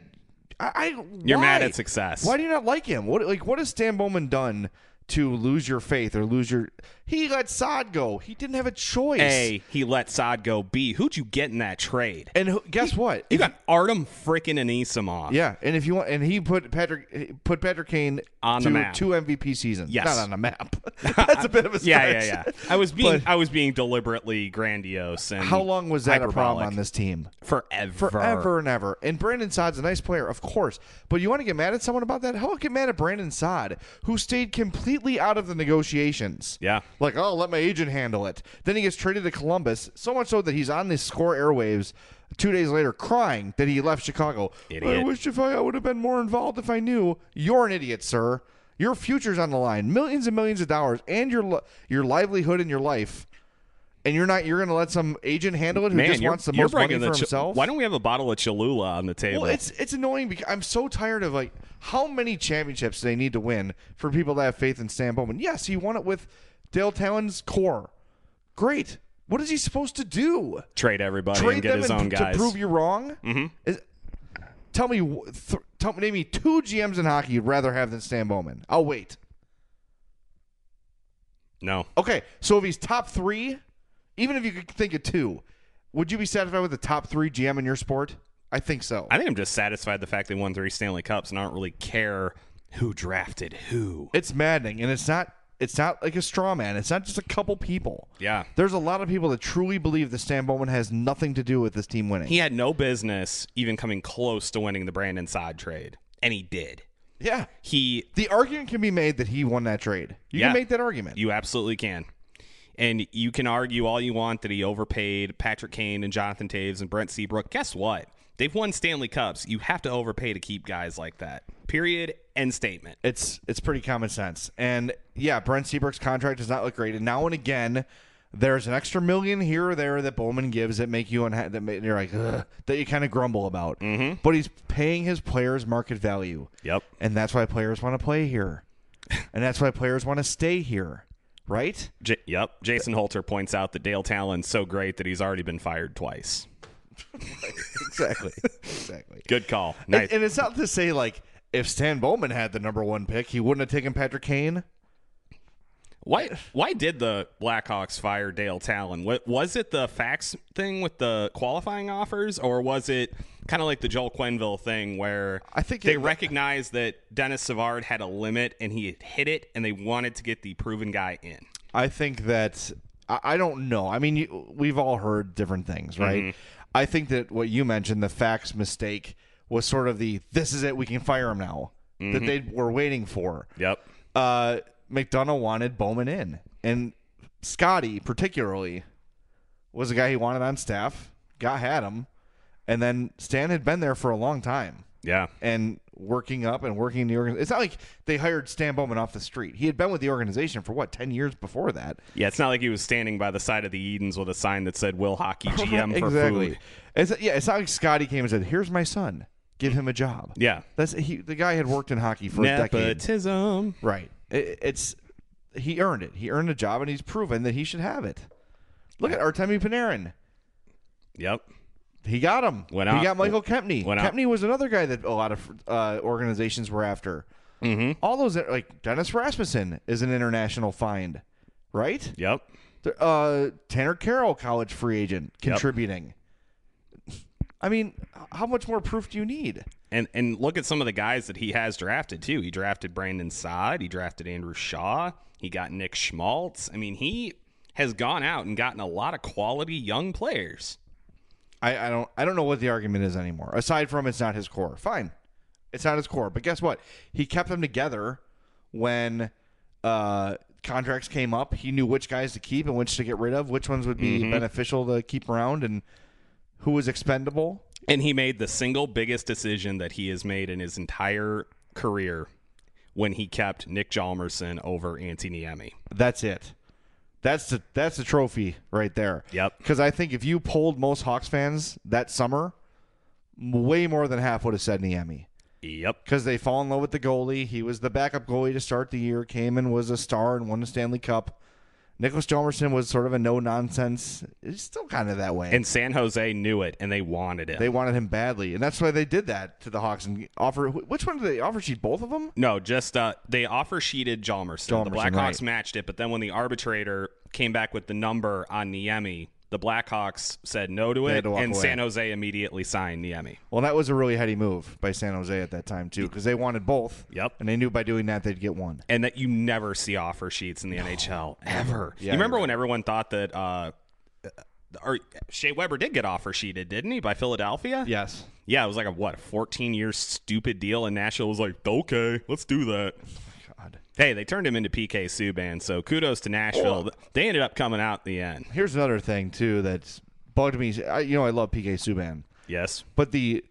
i, I You're why? mad at success. why do you not like him what like what has stan bowman done to lose your faith or lose your he let sod go he didn't have a choice A, he let Sod go. B, who'd you get in that trade? and who, guess what You If- got Artem freaking Anisimov. yeah, and if you want, and he put Patrick put Patrick Kane On to the map. two MVP seasons. Yes. not on the map. That's a bit of a Yeah, stretch. yeah, yeah. I was being But- I was being deliberately grandiose and How long was that a problem hyperbolic. on this team? Forever. forever and ever. And Brandon Sod's a nice player, of course. But you want to get mad at someone about that? How about get mad at Brandon Sod, who stayed completely out of the negotiations? Yeah. Like, oh, let my agent handle it. Then he gets traded to Columbus, so much so that he's on the score airwaves two days later crying that he left Chicago. I Idiot. wish if I, I would have been more involved if I knew. You're an idiot, sir. Your future's on the line, millions and millions of dollars, and your li- your livelihood and your life. And you're not you're going to let some agent handle it who Man, just you're, wants the you're most money bringing for the Ch- himself. Why don't we have a bottle of Cholula on the table? Well, it's it's annoying because I'm so tired of like how many championships they need to win for people that have faith in Sam Bowman. Yes, he won it with Dale Talon's core. Great. What is he supposed to do? Trade everybody and Trade get them his and own p- guys. to prove you wrong? Mm-hmm. Is, tell me, wh- th- tell me, name me two GMs in hockey you'd rather have than Sam Bowman. I'll wait. no. Okay, so if he's top three, even if you could think of two, would you be satisfied with the top three GM in your sport? I think so. I think I'm just satisfied the fact they won three Stanley Cups and I don't really care who drafted who. it's maddening and it's not it's not like a straw man it's not just a couple people Yeah. there's a lot of people that truly believe that stan bowman has nothing to do with this team winning He had no business even coming close to winning the Brandon Sod trade. And he did. yeah He the argument can be made that he won that trade you Yeah. can make that argument You absolutely can. And you can argue all you want that he overpaid Patrick Kane and Jonathan Taves and Brent Seabrook. Guess what? They've won Stanley Cups. You have to overpay to keep guys like that. Period. End statement. it's it's pretty common sense and yeah brent seabrook's contract does not look great and now and again there's an extra million here or there that Bowman gives that make you unha- that make, you're like Ugh, that you kind of grumble about. Mm-hmm. But he's paying his players market value. Yep. and that's why players want to play here, and that's why players want to stay here, right? J- yep. Jason Holter points out that Dale Talon's so great that he's already been fired twice. Exactly, exactly. Good call. Nice. And, and it's not to say like if Stan Bowman had the number one pick, he wouldn't have taken Patrick Kane. Why why did the Blackhawks fire Dale Talon? What was it the fax thing with the qualifying offers, or was it kind of like the Joel Quenville thing where I think they recognized that Dennis Savard had a limit and he had hit it, and they wanted to get the proven guy in? I think that I, I don't know. I mean, you, we've all heard different things, right? Mhm. I think that what you mentioned, the fax mistake, was sort of the this is it, we can fire him now that Mhm. they were waiting for. Yep. Uh, McDonough wanted Bowman in, and Scotty particularly was a guy he wanted on staff. Got had him, and then Stan had been there for a long time Yeah. and working up and working in the organization. It's not like they hired Stan Bowman off the street. He had been with the organization for what ten years before that. Yeah, it's not like he was standing by the side of the Edens with a sign that said "Will Hockey GM for exactly. food." It's, yeah, it's not like Scotty came and said, "Here's my son, give him a job." Yeah, That's he. The guy had worked in hockey for a decade. nepotism. Right. It, it's he earned it. He earned a job, and he's proven that he should have it. Look at Artemi Panarin. Yep. He got him. Went he out- got Michael Kempney. went out. Kempney was another guy that a lot of uh, organizations were after. Mm-hmm. All those like Dennis Rasmussen is an international find, right? Yep. Th- Uh, Tanner Carroll, college free agent, contributing. I mean, h- how much more proof do you need? And and look at some of the guys that he has drafted too. He drafted Brandon Sod. He drafted Andrew Shaw. He got Nick Schmaltz. I mean, he has gone out and gotten a lot of quality young players. I, I don't I don't know what the argument is anymore. Aside from it's not his core. Fine. It's not his core. But guess what? He kept them together when uh, contracts came up. He knew which guys to keep and which to get rid of, which ones would be Mhm. beneficial to keep around and who was expendable. And he made the single biggest decision that he has made in his entire career when he kept Nick Jalmerson over Antti Niemi. That's it. That's the that's the trophy right there. Yep. Because I think if you polled most Hawks fans that summer, way more than half would have said Niemi. Yep. because they fall in love with the goalie. He was the backup goalie to start the year. Came and was a star and won the Stanley Cup. Nicholas Jalmerson was sort of a no nonsense. He's still kind of that way. And San Jose knew it, and they wanted him. they wanted him badly, and that's why they did that to the Hawks and offer. wh- Which one did they offer? She both of them. No, just uh, they offer sheeted Jalmerson. The Jalmerson, Blackhawks right. matched it, but then when the arbitrator came back with the number on Niemi, the Blackhawks said no to They it, had to walk and away. San Jose immediately signed Niemi. Well, that was a really heady move by San Jose at that time too, because they wanted both. Yep. And they knew by doing that they'd get one. And that you never see offer sheets in the NHL ever. Yeah, you remember you're when everyone thought that, uh, or Shea Weber did get offer sheeted, didn't he, by Philadelphia? Yes. Yeah, it was like a what, a 14 year stupid deal, and Nashville was like, okay, let's do that. God. Hey, they turned him into PK Subban, so kudos to Nashville. They ended up coming out in the end. Here's another thing too that's bugged me. I, you know, I love PK Subban, Yes. but the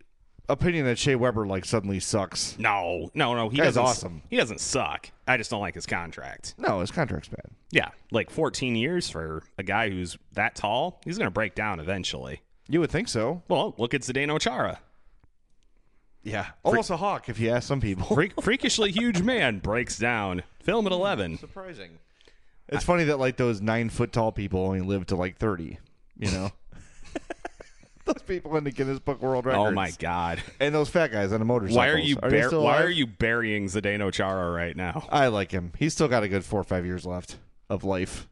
opinion that Shea Weber like suddenly sucks. No, no, no. He Guy's doesn't, awesome. He doesn't suck. I just don't like his contract. No, his contract's bad. Yeah, like 14 years for a guy who's that tall. He's going to break down eventually. You would think so. Well, look at Zdeno Chara. Yeah. Almost a hawk if you ask some people. Freak, freakishly huge man breaks down. Film at 11. Surprising. It's funny that like those nine foot tall people only live to like thirty, you know? those people in the Guinness Book World Records. Oh my god. And those fat guys on a motorcycle. Why are you are bur- they still why alive? are you burying Zdeno Chara right now? I like him. He's still got a good four or five years left of life.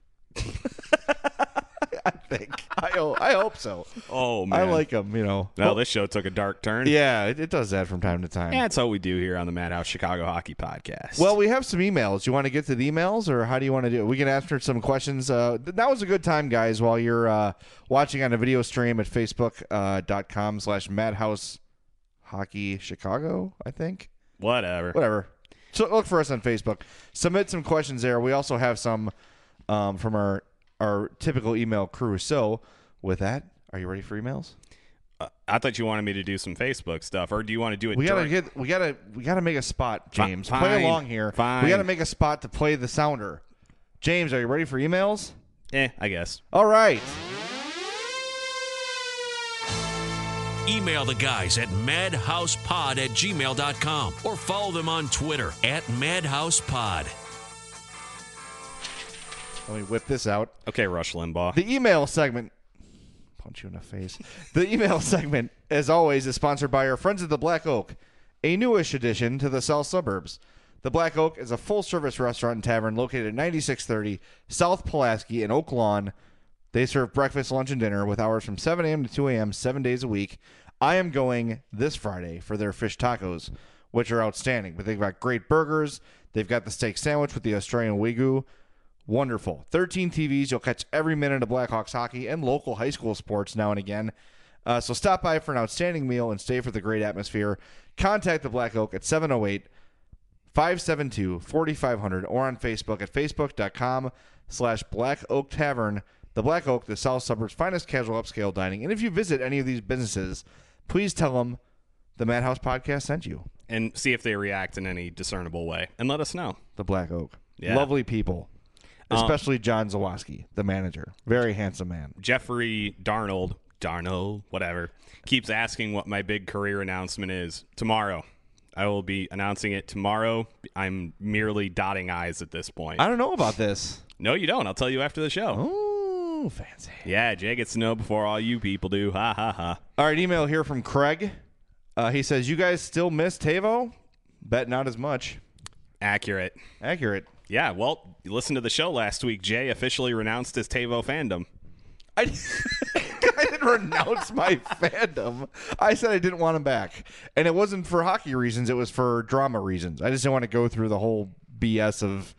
I think. I ho- I hope so. Oh man. I like him, you know. Well, Oh, this show took a dark turn. yeah, it, it does that from time to time. That's what we do here on the Madhouse Chicago Hockey Podcast. Well, we have some emails. You want to get to the emails, or how do you want to do it? We can answer some questions. Uh, th- that was a good time, guys, while you're uh, watching on a video stream at facebook.com uh, slash madhouse hockey Chicago, I think. whatever. Whatever. So look for us on Facebook. Submit some questions there. We also have some um, from our, our typical email crew. So with that, are you ready for emails? I thought you wanted me to do some Facebook stuff, or do you want to do it? We gotta during- get we gotta we gotta make a spot, Fi- James. fine, play along here. fine. We gotta make a spot to play the sounder. James, are you ready for emails? Eh, I guess. All right. Email the guys at madhousepod at gmail.com or follow them on Twitter at madhousepod. Let me whip this out. Okay, Rush Limbaugh. The email segment. Punch you in the face. The email segment, as always, is sponsored by our friends at the Black Oak, a newish addition to the South Suburbs. The Black Oak is a full service restaurant and tavern located at 9630 South Pulaski in Oak Lawn. They serve breakfast, lunch, and dinner with hours from 7 a.m. to 2 a.m., seven days a week. I am going this Friday for their fish tacos, which are outstanding. But they've got great burgers. They've got the steak sandwich with the Australian Wagyu. Wonderful. 13 TVs. You'll catch every minute of Blackhawks hockey and local high school sports now and again. Uh, so stop by for an outstanding meal and stay for the great atmosphere. Contact the Black Oak at 708 572 4500 or on Facebook at facebook.com slash Black Oak Tavern. The Black Oak, the South Suburbs' finest casual upscale dining. And if you visit any of these businesses, please tell them the Madhouse podcast sent you. and see if they react in any discernible way and let us know. The Black Oak. Yeah. Lovely people, especially John Zawoski, the manager. Very handsome man. Jeffrey Darnold, Darnold, whatever, keeps asking what my big career announcement is tomorrow. I will be announcing it tomorrow. I'm merely dotting I's at this point. I Oh. don't know about this. No, you don't. I'll tell you after the show. Ooh, fancy. Yeah, Jay gets to know before all you people do. Ha ha ha. All right, email here from Craig. Uh, he says, You guys still miss Tavo? Bet not as much. Accurate. Accurate. Yeah, well, you listened to the show last week. Jay officially renounced his Tavo fandom. I, I didn't renounce my fandom. I said I didn't want him back. And it wasn't for hockey reasons, it was for drama reasons. I just didn't want to go through the whole BS of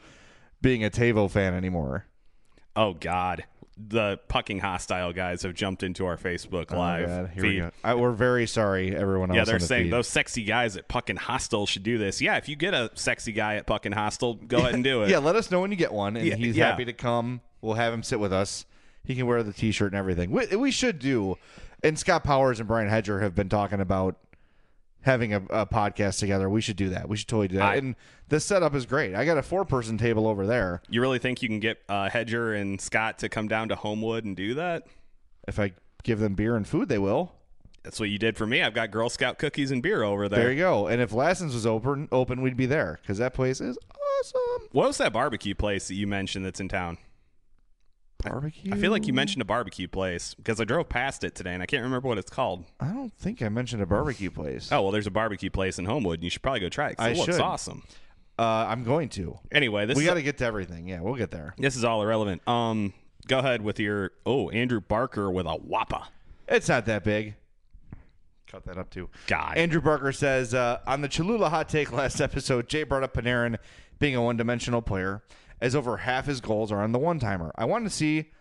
being a Tavo fan anymore. Oh, God. The pucking hostile guys have jumped into our Facebook Live. Oh, God. Here we feed. go. I, we're very sorry, everyone else. Yeah, they're on the saying feed. those sexy guys at Puckin Hostel should do this. Yeah, if you get a sexy guy at Puckin Hostel, go ahead and do it. Yeah, let us know when you get one, and Yeah, he's yeah. happy to come. We'll have him sit with us. He can wear the T-shirt and everything. We, we should do. And Scott Powers and Brian Hedger have been talking about having a, a podcast together. We should do that. We should totally do that. I- and this setup is great. I got a four-person table over there. You really think you can get uh, Hedger and Scott to come down to Homewood and do that? If I give them beer and food, they will. That's what you did for me. I've got Girl Scout cookies and beer over there. There you go. And if Lassen's was open, open, we'd be there because that place is awesome. What was that barbecue place that you mentioned that's in town? Barbecue. I feel like you mentioned a barbecue place because I drove past it today and I can't remember what it's called. I don't think I mentioned a barbecue place. Oh well, there's a barbecue place in Homewood, and you should probably go try it. 'cause I it looks should. awesome. Uh, I'm going to. Anyway, this we is got to get to everything. Yeah, we'll get there. this is all irrelevant. Um, go ahead with your oh Andrew Barker with a whopper. It's not that big. Cut that up too. God. Andrew Barker says uh, on the Cholula hot take last episode, Jay brought up Panarin being a one-dimensional player, as over half his goals are on the one-timer. I wanted to see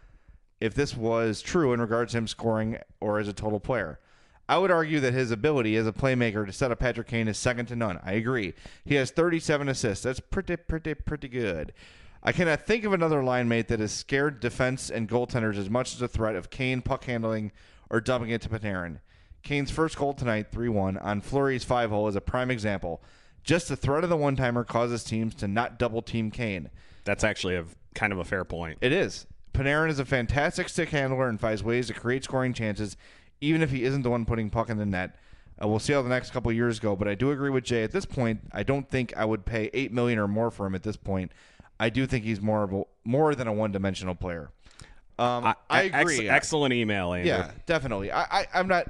if this was true in regards to him scoring or as a total player. I would argue that his ability as a playmaker to set up Patrick Kane is second to none. I agree. He has 37 assists. That's pretty, pretty, pretty good. I cannot think of another line mate that has scared defense and goaltenders as much as the threat of Kane puck handling or dumping it to Panarin. Kane's first goal tonight, 3 1, on Fleury's five hole is a prime example. Just the threat of the one timer causes teams to not double team Kane. That's actually a kind of a fair point. It is. Panarin is a fantastic stick handler and finds ways to create scoring chances, even if he isn't the one putting puck in the net. Uh, we'll see how the next couple years go, but I do agree with Jay. At this point, I don't think I would pay eight million or more for him. At this point, I do think he's more of a, more than a one dimensional player. Um, I, Ex- agree. excellent email, Andrew. yeah, definitely. I, I I'm not.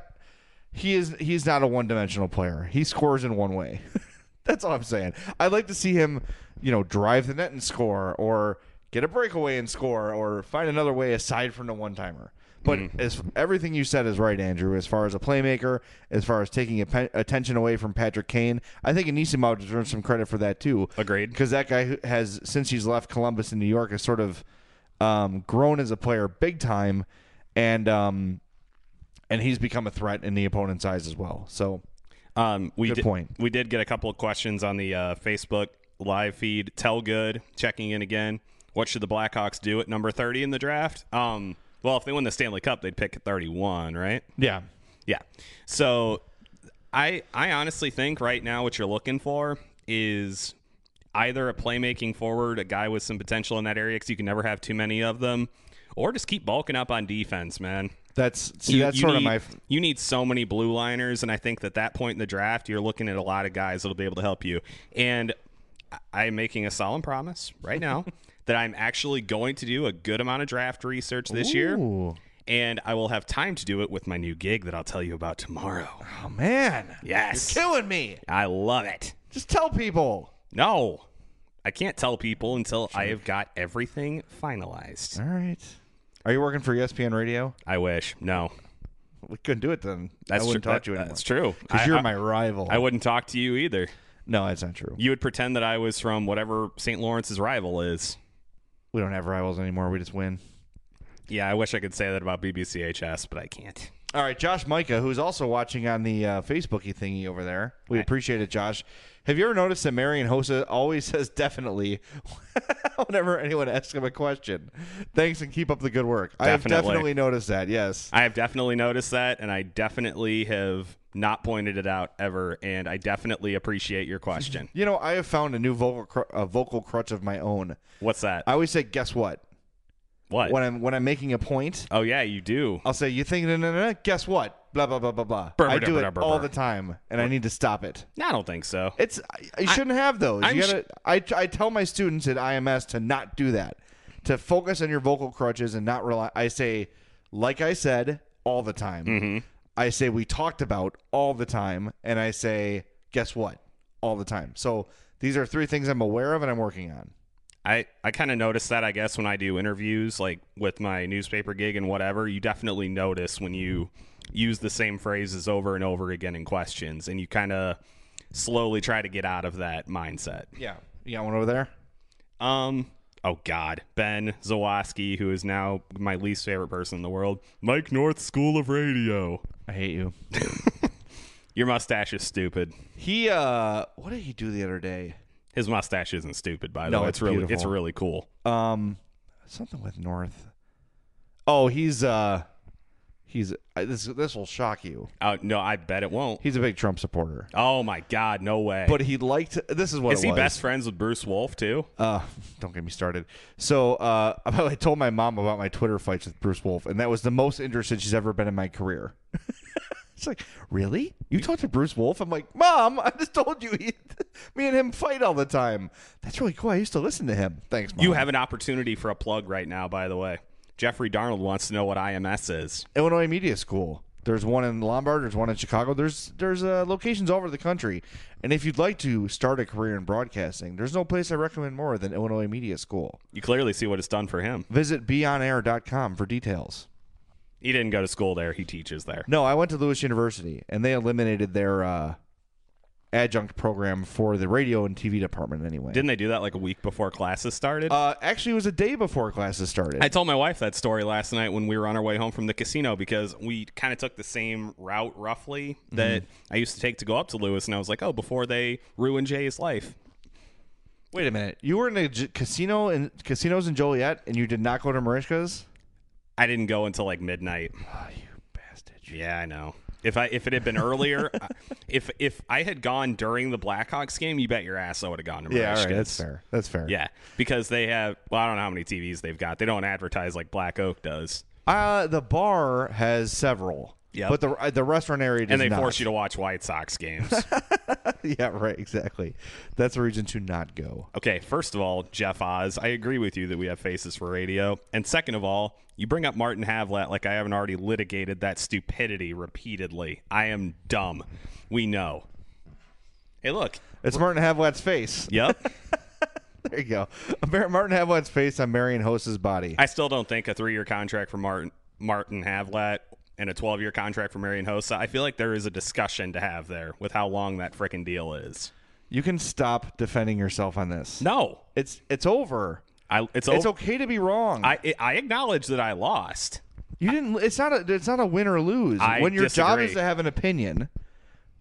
He is he's not a one dimensional player. He scores in one way. That's all I'm saying. I'd like to see him, you know, drive the net and score, or get a breakaway and score, or find another way aside from the one timer. But as everything you said is right, Andrew. As far as a playmaker, as far as taking atten- attention away from Patrick Kane, I think Anisimov deserves some credit for that too. Agreed. Because that guy who- has, since he's left Columbus and New York, has sort of um, grown as a player big time, and um, and he's become a threat in the opponent's eyes as well. So Um, we Good did, point. We did get a couple of questions on the uh, Facebook live feed. Tell good checking in again. What should the Blackhawks do at number thirty in the draft? Um, well, if they win the Stanley Cup, they'd pick thirty-one, right? yeah, Yeah. So I I honestly think right now what you're looking for is either a playmaking forward, a guy with some potential in that area because you can never have too many of them, or just keep bulking up on defense, man. that's see, You- that's you sort of need- my You need so many blue liners, and I think that that point in the draft, you're looking at a lot of guys that'll be able to help you. And I- I'm making a solemn promise right now that I'm actually going to do a good amount of draft research this year, Oh, and I will have time to do it with my new gig that I'll tell you about tomorrow. oh man, Yes. you're killing me. I love it. Just tell people. No, I can't tell people until I have got everything finalized. All right. Are you working for E ESPN Radio? I wish. No, We couldn't do it then. That's I wouldn't tru- talk to that- you anymore. that's true. I- Because you're I- my rival. I wouldn't talk to you either. no, that's not true. You would pretend that I was from whatever St. Lawrence's rival is. We don't have rivals anymore. We just win. Yeah, I wish I could say that about BBCHS, but I can't. All right, Josh Micah, who's also watching on the uh, Facebooky thingy over there. We appreciate it, Josh. Have you ever noticed that Marion Hosa always says definitely whenever anyone asks him a question? Thanks and keep up the good work. I have Definitely. definitely noticed that, yes. I have definitely noticed that, and I definitely have not pointed it out ever. And I definitely appreciate your question. You know, I have found a new vocal cr- a vocal crutch of my own. What's that? I always say, guess what? what? When I'm when I'm making a point, oh yeah, you do. I'll say, you think, no, no, no, guess what? Blah, blah, blah, blah, blah. Brr, I brr, do brr, it brr, all brr. the time, and I need to stop it. I don't think so. It's I, you shouldn't have those. I'm You gotta, I, I tell my students at IMS to not do that, to focus on your vocal crutches and not rely. I say, like I said, all the time. I say we talked about all the time, and I say, guess what, all the time. So these are three things I'm aware of and I'm working on. I, I kind of notice that, I guess, when I do interviews, like with my newspaper gig and whatever, you definitely notice when you use the same phrases over and over again in questions, and you kind of slowly try to get out of that mindset. Yeah, you got one over there. Um, oh God, Ben Zawaski, who is now my least favorite person in the world, Mike North School of Radio. I hate you. Your mustache is stupid. He uh, what did he do the other day? His mustache isn't stupid, by the No, way. it's really, it's beautiful. really cool. Um, something with North. Oh, he's uh, he's I this this will shock you. Uh, no, I bet it won't. He's a big Trump supporter. oh my God, no way. But he liked this is what is it he was. best friends with Bruce Wolf too? Uh, don't get me started. So uh, I told my mom about my Twitter fights with Bruce Wolf, and that was the most interested she's ever been in my career. She's like, really? You talked to Bruce Wolf? I'm like, mom, I just told you, he, me and him fight all the time. That's really cool. I used to listen to him. Thanks, mom. You have an opportunity for a plug right now, by the way. Jeffrey Darnold wants to know what IMS is. Illinois Media School. There's one in Lombard. There's one in Chicago. There's there's uh, locations all over the country. And if you'd like to start a career in broadcasting, there's no place I recommend more than Illinois Media School. You clearly see what it's done for him. Visit beonair.com for details. He didn't go to school there. He teaches there. No, I went to Lewis University, and they eliminated their uh, adjunct program for the radio and TV department anyway. Didn't they do that like a week before classes started? uh, actually, it was a day before classes started. I told my wife that story last night when we were on our way home from the casino because we kind of took the same route roughly that Mm-hmm. I used to take to go up to Lewis, and I was like, "Oh, before they ruin Jay's life." Wait a minute, you were in a j- casino in casinos in Joliet, and you did not go to Marishka's? I didn't go until like midnight. Ah, Yeah, I know. If I if it had been earlier, I- if if I had gone during the Blackhawks game, you bet your ass I would have gone to. Yeah, all right, Marishka's. that's fair. That's fair. Yeah, because they have. Well, I don't know how many TVs they've got. They don't advertise like Black Oak does, Uh, the bar has several. Yep. But the uh, the restaurant area does and they not. force you to watch White Sox games. yeah, right. Exactly. That's a reason to not go. Okay, first of all, Jeff Oz, I agree with you that we have faces for radio. And second of all, you bring up Martin Havlat like I haven't already litigated that stupidity repeatedly. I am dumb. We know. Hey, look. It's Martin Havlat's face. Yep. There you go. Mar- Martin Havlat's face on Marion Hose's body. I still don't think a three year contract for Martin Martin Havlat and a 12 year contract for Marion Hossa, I feel like there is a discussion to have there with how long that freaking deal is. You can stop defending yourself on this. No. It's it's over. I, It's it's over. okay to be wrong. I, I acknowledge that I lost. you didn't. It's not a. It's not a win or lose. I when your job disagree. is to have an opinion,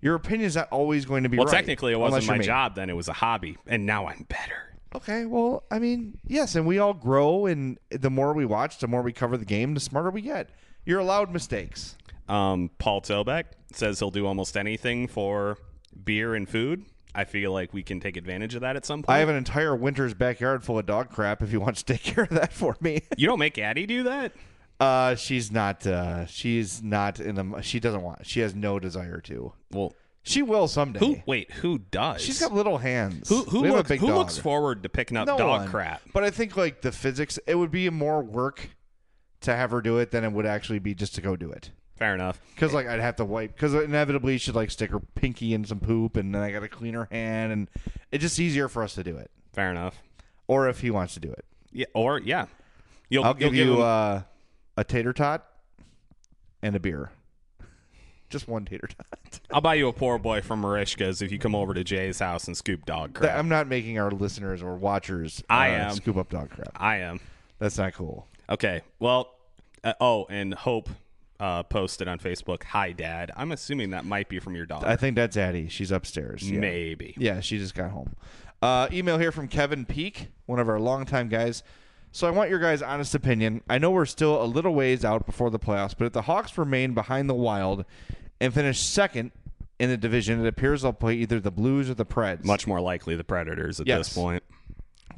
your opinion's not always going to be Well, right. technically, it wasn't unless you're my me. job then. It was a hobby. And now I'm better. Okay. Well, I mean, yes, and we all grow, and the more we watch, the more we cover the game, the smarter we get. You're allowed mistakes. Um, Paul Tobeck says he'll do almost anything for beer and food. I feel like we can take advantage of that at some point. I have an entire winter's backyard full of dog crap. If you want to take care of that for me, You don't make Addie do that. uh, she's not. Uh, she's not in the. She doesn't want. She has no desire to. Well, She will someday. who? Wait, who does? She's got little hands. who? Who, We have a looks, big who dog. looks forward to picking up No dog one. crap? But I think like the physics, it would be more work to have her do it than it would actually be just to go do it. Fair enough. Because like I'd have to wipe. Because inevitably she'd like stick her pinky in some poop, and then I got to clean her hand, and It's just easier for us to do it. Fair enough. Or if he wants to do it. Yeah, or yeah, you'll, I'll give you'll you him- uh, a tater tot and a beer. Just one tater tot. I'll buy you a poor boy from Marishka's if you come over to Jay's house and scoop dog crap. I'm not making our listeners or watchers uh, I am. scoop up dog crap. I am. That's not cool. Okay. Well, uh, oh, and Hope uh, posted on Facebook, "Hi, Dad. I'm assuming that might be from your dog. I think that's Addie. She's upstairs. Yeah. Maybe. Yeah, she just got home. Uh, email here from Kevin Peak, one of our longtime guys. So I want your guys' honest opinion. I know we're still a little ways out before the playoffs, but if the Hawks remain behind the Wild and finish second in the division, it appears they'll play either the Blues or the Preds. Much more likely the Predators at Yes. this point.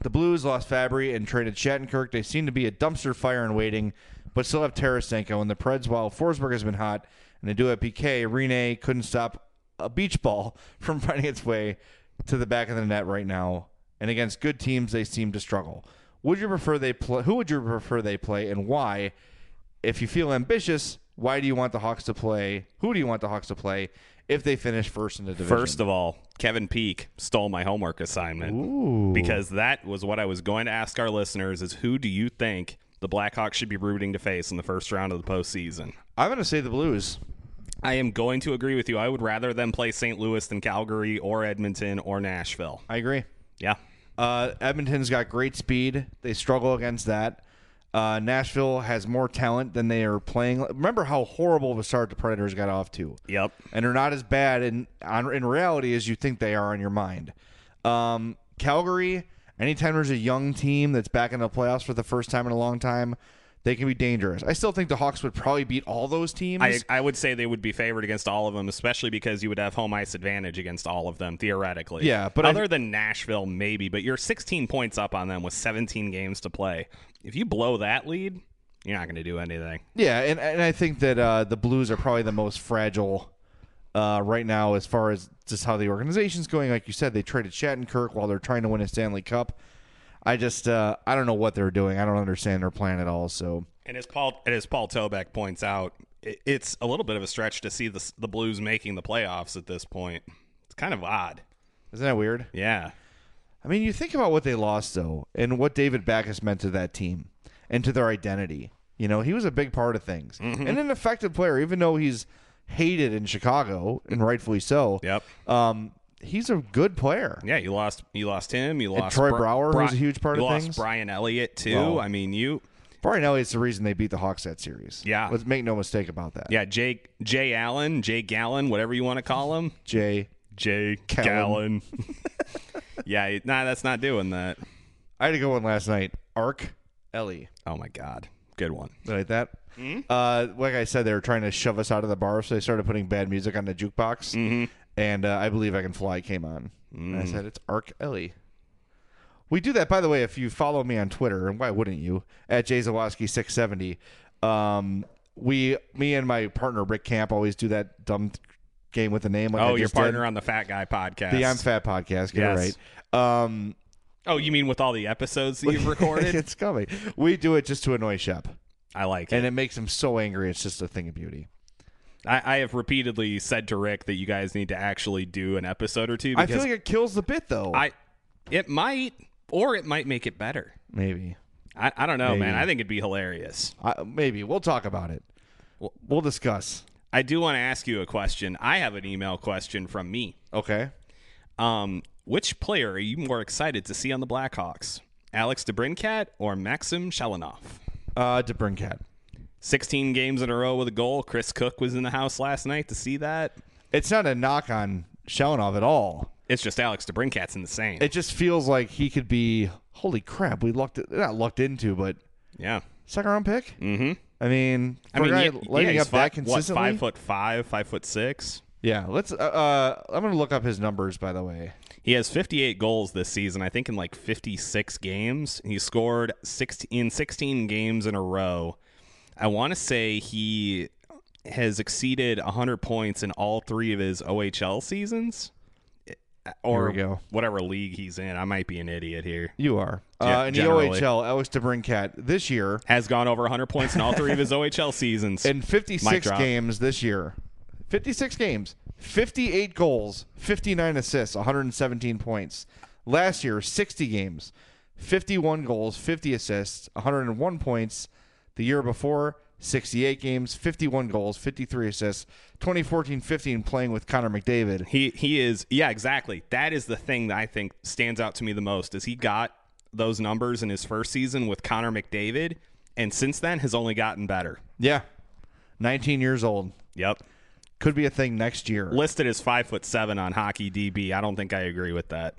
The Blues lost Fabry and traded Shattenkirk. They seem to be a dumpster fire in waiting, but still have Tarasenko. And the Preds, while Forsberg has been hot, and they do have PK, Rene couldn't stop a beach ball from finding its way to the back of the net right now. And against good teams, they seem to struggle. Would you prefer they play? Who would you prefer they play, and why? If you feel ambitious, why do you want the Hawks to play? Who do you want the Hawks to play if they finish first in the division? First of all, Kevin Peak stole my homework assignment because that was what I was going to ask our listeners: is who do you think the Blackhawks should be rooting to face in the first round of the postseason? I'm going to say the Blues. I am going to agree with you. I would rather them play St. Louis than Calgary or Edmonton or Nashville. I agree. Yeah. Uh, Edmonton's got great speed. They struggle against that. Uh, Nashville has more talent than they are playing. Remember how horrible of a start the Predators got off to, Yep. and they're not as bad in on, in reality as you think they are in your mind. Um, Calgary, anytime there's a young team that's back in the playoffs for the first time in a long time, they can be dangerous. I still think the Hawks would probably beat all those teams. I, I would say they would be favored against all of them, especially because you would have home ice advantage against all of them theoretically. Yeah, but I- other than Nashville, maybe. But you're 16 points up on them with 17 games to play. If you blow that lead, you're not going to do anything. Yeah, and, and I think that uh, the Blues are probably the most fragile uh, right now as far as just how the organization's going. Like you said, they traded Shattenkirk while they're trying to win a Stanley Cup. I just uh, I don't know what they're doing. I don't understand their plan at all. So And as Paul and as Paul Toback points out, it, it's a little bit of a stretch to see the s- the Blues making the playoffs at this point. It's kind of odd. isn't that weird? Yeah. I mean, you think about what they lost though, and what David Backus meant to that team and to their identity. You know, he was a big part of things Mm-hmm. and an effective player, even though he's hated in Chicago and rightfully so. Yep. Um, he's a good player. Yeah, you lost. You lost him. You lost Troy Brouwer, who's a huge part you of lost things. Brian Elliott too. Well- I mean, you. Brian Elliott's the reason they beat the Hawks that series. Yeah. Let's make no mistake about that. Yeah, Jake, Jay Allen, Jay Gallen, whatever you want to call him, Jay. Jay Gallen. yeah, nah, that's not doing that. I had a good one last night. Arc Ellie. Oh my God, good one. Like that. Mm-hmm. Uh, like I said, they were trying to shove us out of the bar, so they started putting bad music on the jukebox. Mm-hmm. And uh, I believe I Can Fly came on. And Mm. I said, it's Arc Ellie. We do that, by the way, if you follow me on Twitter, and why wouldn't you? At jzawoski670. Um, we, me and my partner Rick Camp always do that dumb game with the name. Like I Oh, your just did. partner on the Fat Guy podcast. The I'm Fat podcast. Get Yes. it right. Um, oh, you mean with all the episodes that you've recorded? it's coming. We do it just to annoy Shep, I like and it. it makes him so angry. It's just a thing of beauty. I, I have repeatedly said to Rick that you guys need to actually do an episode or two I because feel like it kills the bit, though. I, it might, or it might make it better. maybe, I, I don't know, man. Maybe. I think it'd be hilarious. I, maybe we'll talk about it. We'll, discuss. I do want to ask you a question. I have an email question from me. Okay. Um, which player are you more excited to see on the Blackhawks? Alex DeBrincat or Maxim Shalinov? Uh, to Brincat. 16 games in a row with a goal. Chris Cook was in the house last night to see that. It's not a knock on Shalinov at all. It's just Alex DeBrincat's insane. It just feels like he could be. Holy crap! We lucked not lucked into, but yeah. second round pick. Mm-hmm. I mean, I for mean, a guy yeah, lighting yeah, up he's that fi- consistently. What, five foot five, five foot six. Yeah. Let's. Uh, uh, I'm gonna look up his numbers. By the way. He has 58 goals this season, I think in like 56 games. He scored 16, in 16 games in a row. I want to say he has exceeded 100 points in all three of his OHL seasons eh, or we go. whatever league he's in. I might be an idiot here. You are. Yeah, uh, in generally. the OHL, Alex DeBrincat this year Has gone over 100 points in all three of his OHL seasons. in Mic 56 drop. games this year. 56 games, 58 goals, 59 assists, 117 points. Last year, 60 games, 51 goals, 50 assists, 101 points. The year before, 68 games, 51 goals, 53 assists. 2014-15 playing with Connor McDavid. He he is yeah exactly. That is the thing that I think stands out to me the most is he got those numbers in his first season with Connor McDavid, and since then has only gotten better. Yeah. 19 years old. Yep. Could be a thing next year. Listed as five foot seven on Hockey DB. I don't think I agree with that.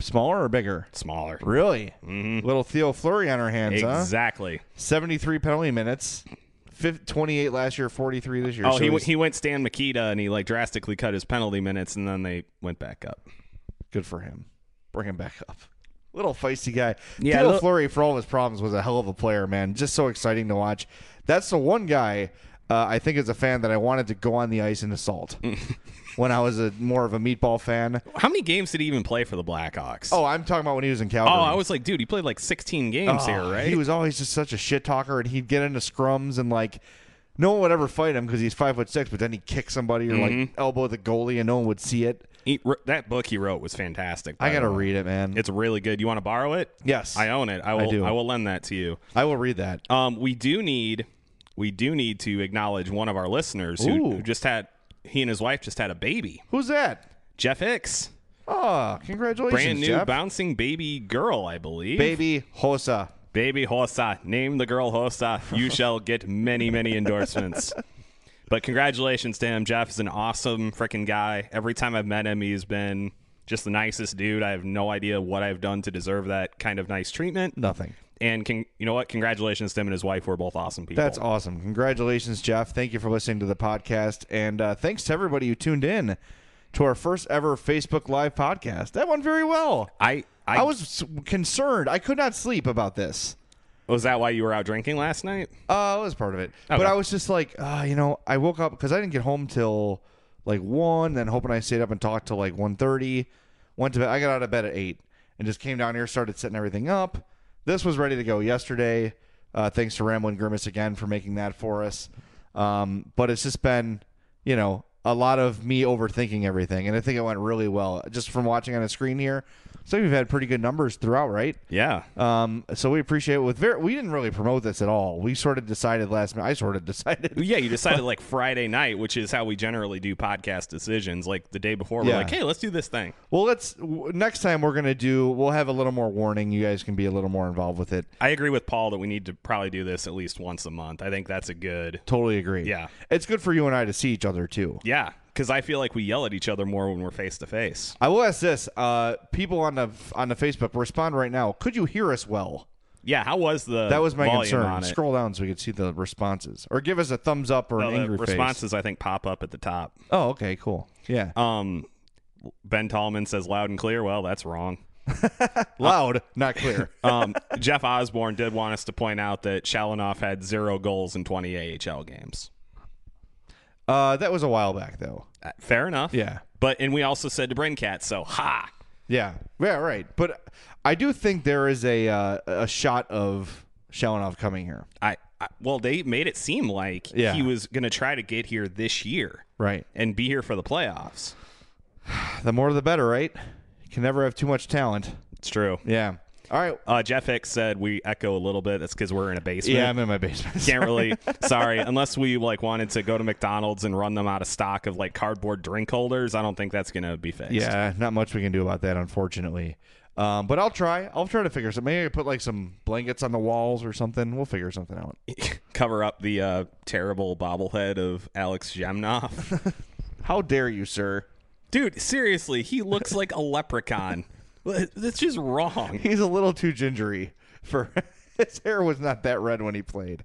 Smaller or bigger? Smaller. Really? Mm-hmm. Little Theo Fleury on her hands, huh? Exactly. 73 penalty minutes, fif- 28 last year, 43 this year. Oh, So he, he's- he went Stan Makita and he like drastically cut his penalty minutes and then they went back up. good for him. Bring him back up. Little feisty guy. Yeah, Theo little- Fleury, for all of his problems, was a hell of a player, man. Just so exciting to watch. That's the one guy uh, I think as a fan that I wanted to go on the ice and assault when I was a more of a meatball fan. How many games did he even play for the Blackhawks? Oh, I'm talking about when he was in Oh, Calgary. I was like, dude, he played like 16 games here, Oh, right? He was always just such a shit talker, and he'd get into scrums and like no one would ever fight him because he's five foot six. But then he'd kick somebody or like Mm-hmm. elbow the goalie, and no one would see it. He- r- that book he wrote was fantastic. by I gotta the way. read it, man. It's really good. You want to borrow it? Yes. I own it. I will. I, do. will lend that to you. I will read that. Um, we do need. We do need to acknowledge one of our listeners who, Ooh. who just had. He and his wife just had a baby. Who's that? Jeff Hicks, Oh, congratulations, brand new Jeff. bouncing baby girl, I believe. baby Hosa. Baby Hossa. Name the girl Hossa. You shall get many, many endorsements. But congratulations to him. Jeff is an awesome freaking guy. Every time I've met him, he's been just the nicest dude. I have no idea what I've done to deserve that kind of nice treatment. Nothing. And con- you know what? Congratulations to him and his wife. We're both awesome people. That's awesome. Congratulations, Jeff. Thank you for listening to the podcast. And uh, thanks to everybody who tuned in to our first ever Facebook Live podcast. That went very well. I, I, I was. was s- concerned. I could not sleep about this. Was that why you were out drinking last night? Uh, it was part of it. But Okay. I was just like, uh, you know, I woke up because I didn't get home till like one, then hoping I stayed up and talked till like one thirty. Went to bed. I got out of bed at eight and just came down here, started setting everything up. This was ready to go yesterday. Uh, thanks to Ramblin' Grimace again for making that for us. Um, but it's just been, you know, a lot of me overthinking everything, and I think it went really well just from watching on a screen here. So we've had pretty good numbers throughout, right? Yeah. Uh, Um, so we appreciate it. With Ver- we didn't really promote this at all. We sort of decided last minute. I sort of decided. Yeah, you decided like Friday night, which is how we generally do podcast decisions. Like the day before, we're Yeah. like, hey, let's do this thing. Well, let's w- next time we're gonna do. We'll have a little more warning. You guys can be a little more involved with it. I agree with Paul that we need to probably do this at least once a month. I think that's a good. Totally agree. Yeah. it's good for you and I to see each other too. Yeah, because I feel like we yell at each other more when we're face to face. I will ask this: uh, people on the on the Facebook respond right now. Could you hear us well? Yeah, how was the That was my Uh, volume concern. on it? Scroll down so we could see the responses, or give us a thumbs up or Well, an Oh, the angry responses I think pop up at the top. face. Oh, okay, cool. Yeah, Um, ben Tallman says loud and clear. Well, that's wrong. loud, not clear. Um, Jeff Osborne did want us to point out that Shalanoff had zero goals in 20 AHL games. uh, that was a while back though. Uh, Fair enough. Yeah. But and we also said to bring cats. So ha. Yeah, yeah, right. But I do think there is a uh, a shot of Shalinov coming here. I, I well they made it seem like Yeah. he was going to try to get here this year. Right. and be here for the playoffs. The more the better, right? You can never have too much talent. It's true. Yeah. All right. Uh, Jeff Hicks said we echo a little bit. That's because we're in a basement. Yeah, I'm in my basement. Can't really. sorry, unless we like wanted to go to McDonald's and run them out of stock of like cardboard drink holders. I don't think that's gonna be fixed. Yeah, not much we can do about that, unfortunately. Um, but I'll try. I'll try to figure some. Maybe I could put like some blankets on the walls or something. We'll figure something out. Cover up the uh, terrible bobblehead of Alex Jamnov. How dare you, sir? Dude, seriously, he looks like a leprechaun. That's just wrong. He's a little too gingery for his hair was not that red when he played.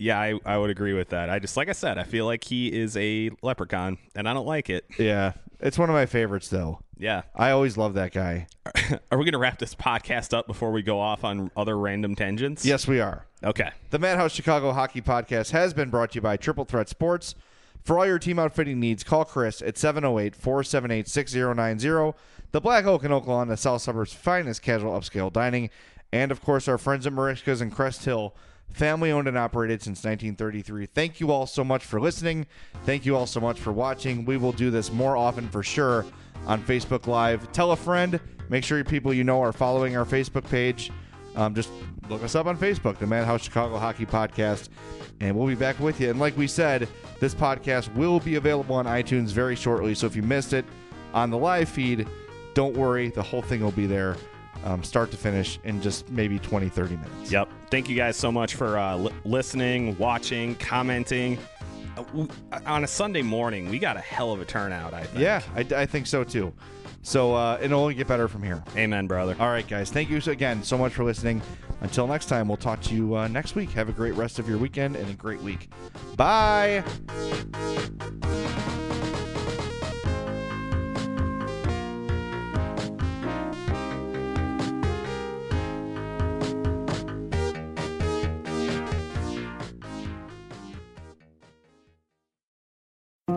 Yeah, I, I would agree with that. I just like I said, I feel like he is a leprechaun, and I don't like it. Yeah, it's one of my favorites though. Yeah. I always love that guy. Are we going to wrap this podcast up before we go off on other random tangents? Yes, we are. Okay. The Madhouse Chicago Hockey Podcast has been brought to you by Triple Threat Sports. For all your team outfitting needs, call Chris at 708 478 6090. The Black Oak in Oklahoma, the South Suburbs' finest casual upscale dining. And of course, our friends at Mariska's in Crest Hill family owned and operated since 1933. Thank you all so much for listening. Thank you all so much for watching. We will do this more often for sure on Facebook Live. Tell a friend. Make sure people you know are following our Facebook page. Um, just look us up on Facebook, the Madhouse Chicago Hockey Podcast, and we'll be back with you. And like we said, this podcast will be available on iTunes very shortly. So if you missed it on the live feed, don't worry, the whole thing will be there um, start to finish in just maybe 20, 30 minutes. Yep. Thank you guys so much for uh, li- listening, watching, commenting. Uh, w- on a Sunday morning, we got a hell of a turnout, I think. Yeah, I, I think so too. So uh, it'll only get better from here. Amen, brother. All right, guys. Thank you so- again so much for listening. Until next time, we'll talk to you uh, next week. Have a great rest of your weekend and a great week. Bye.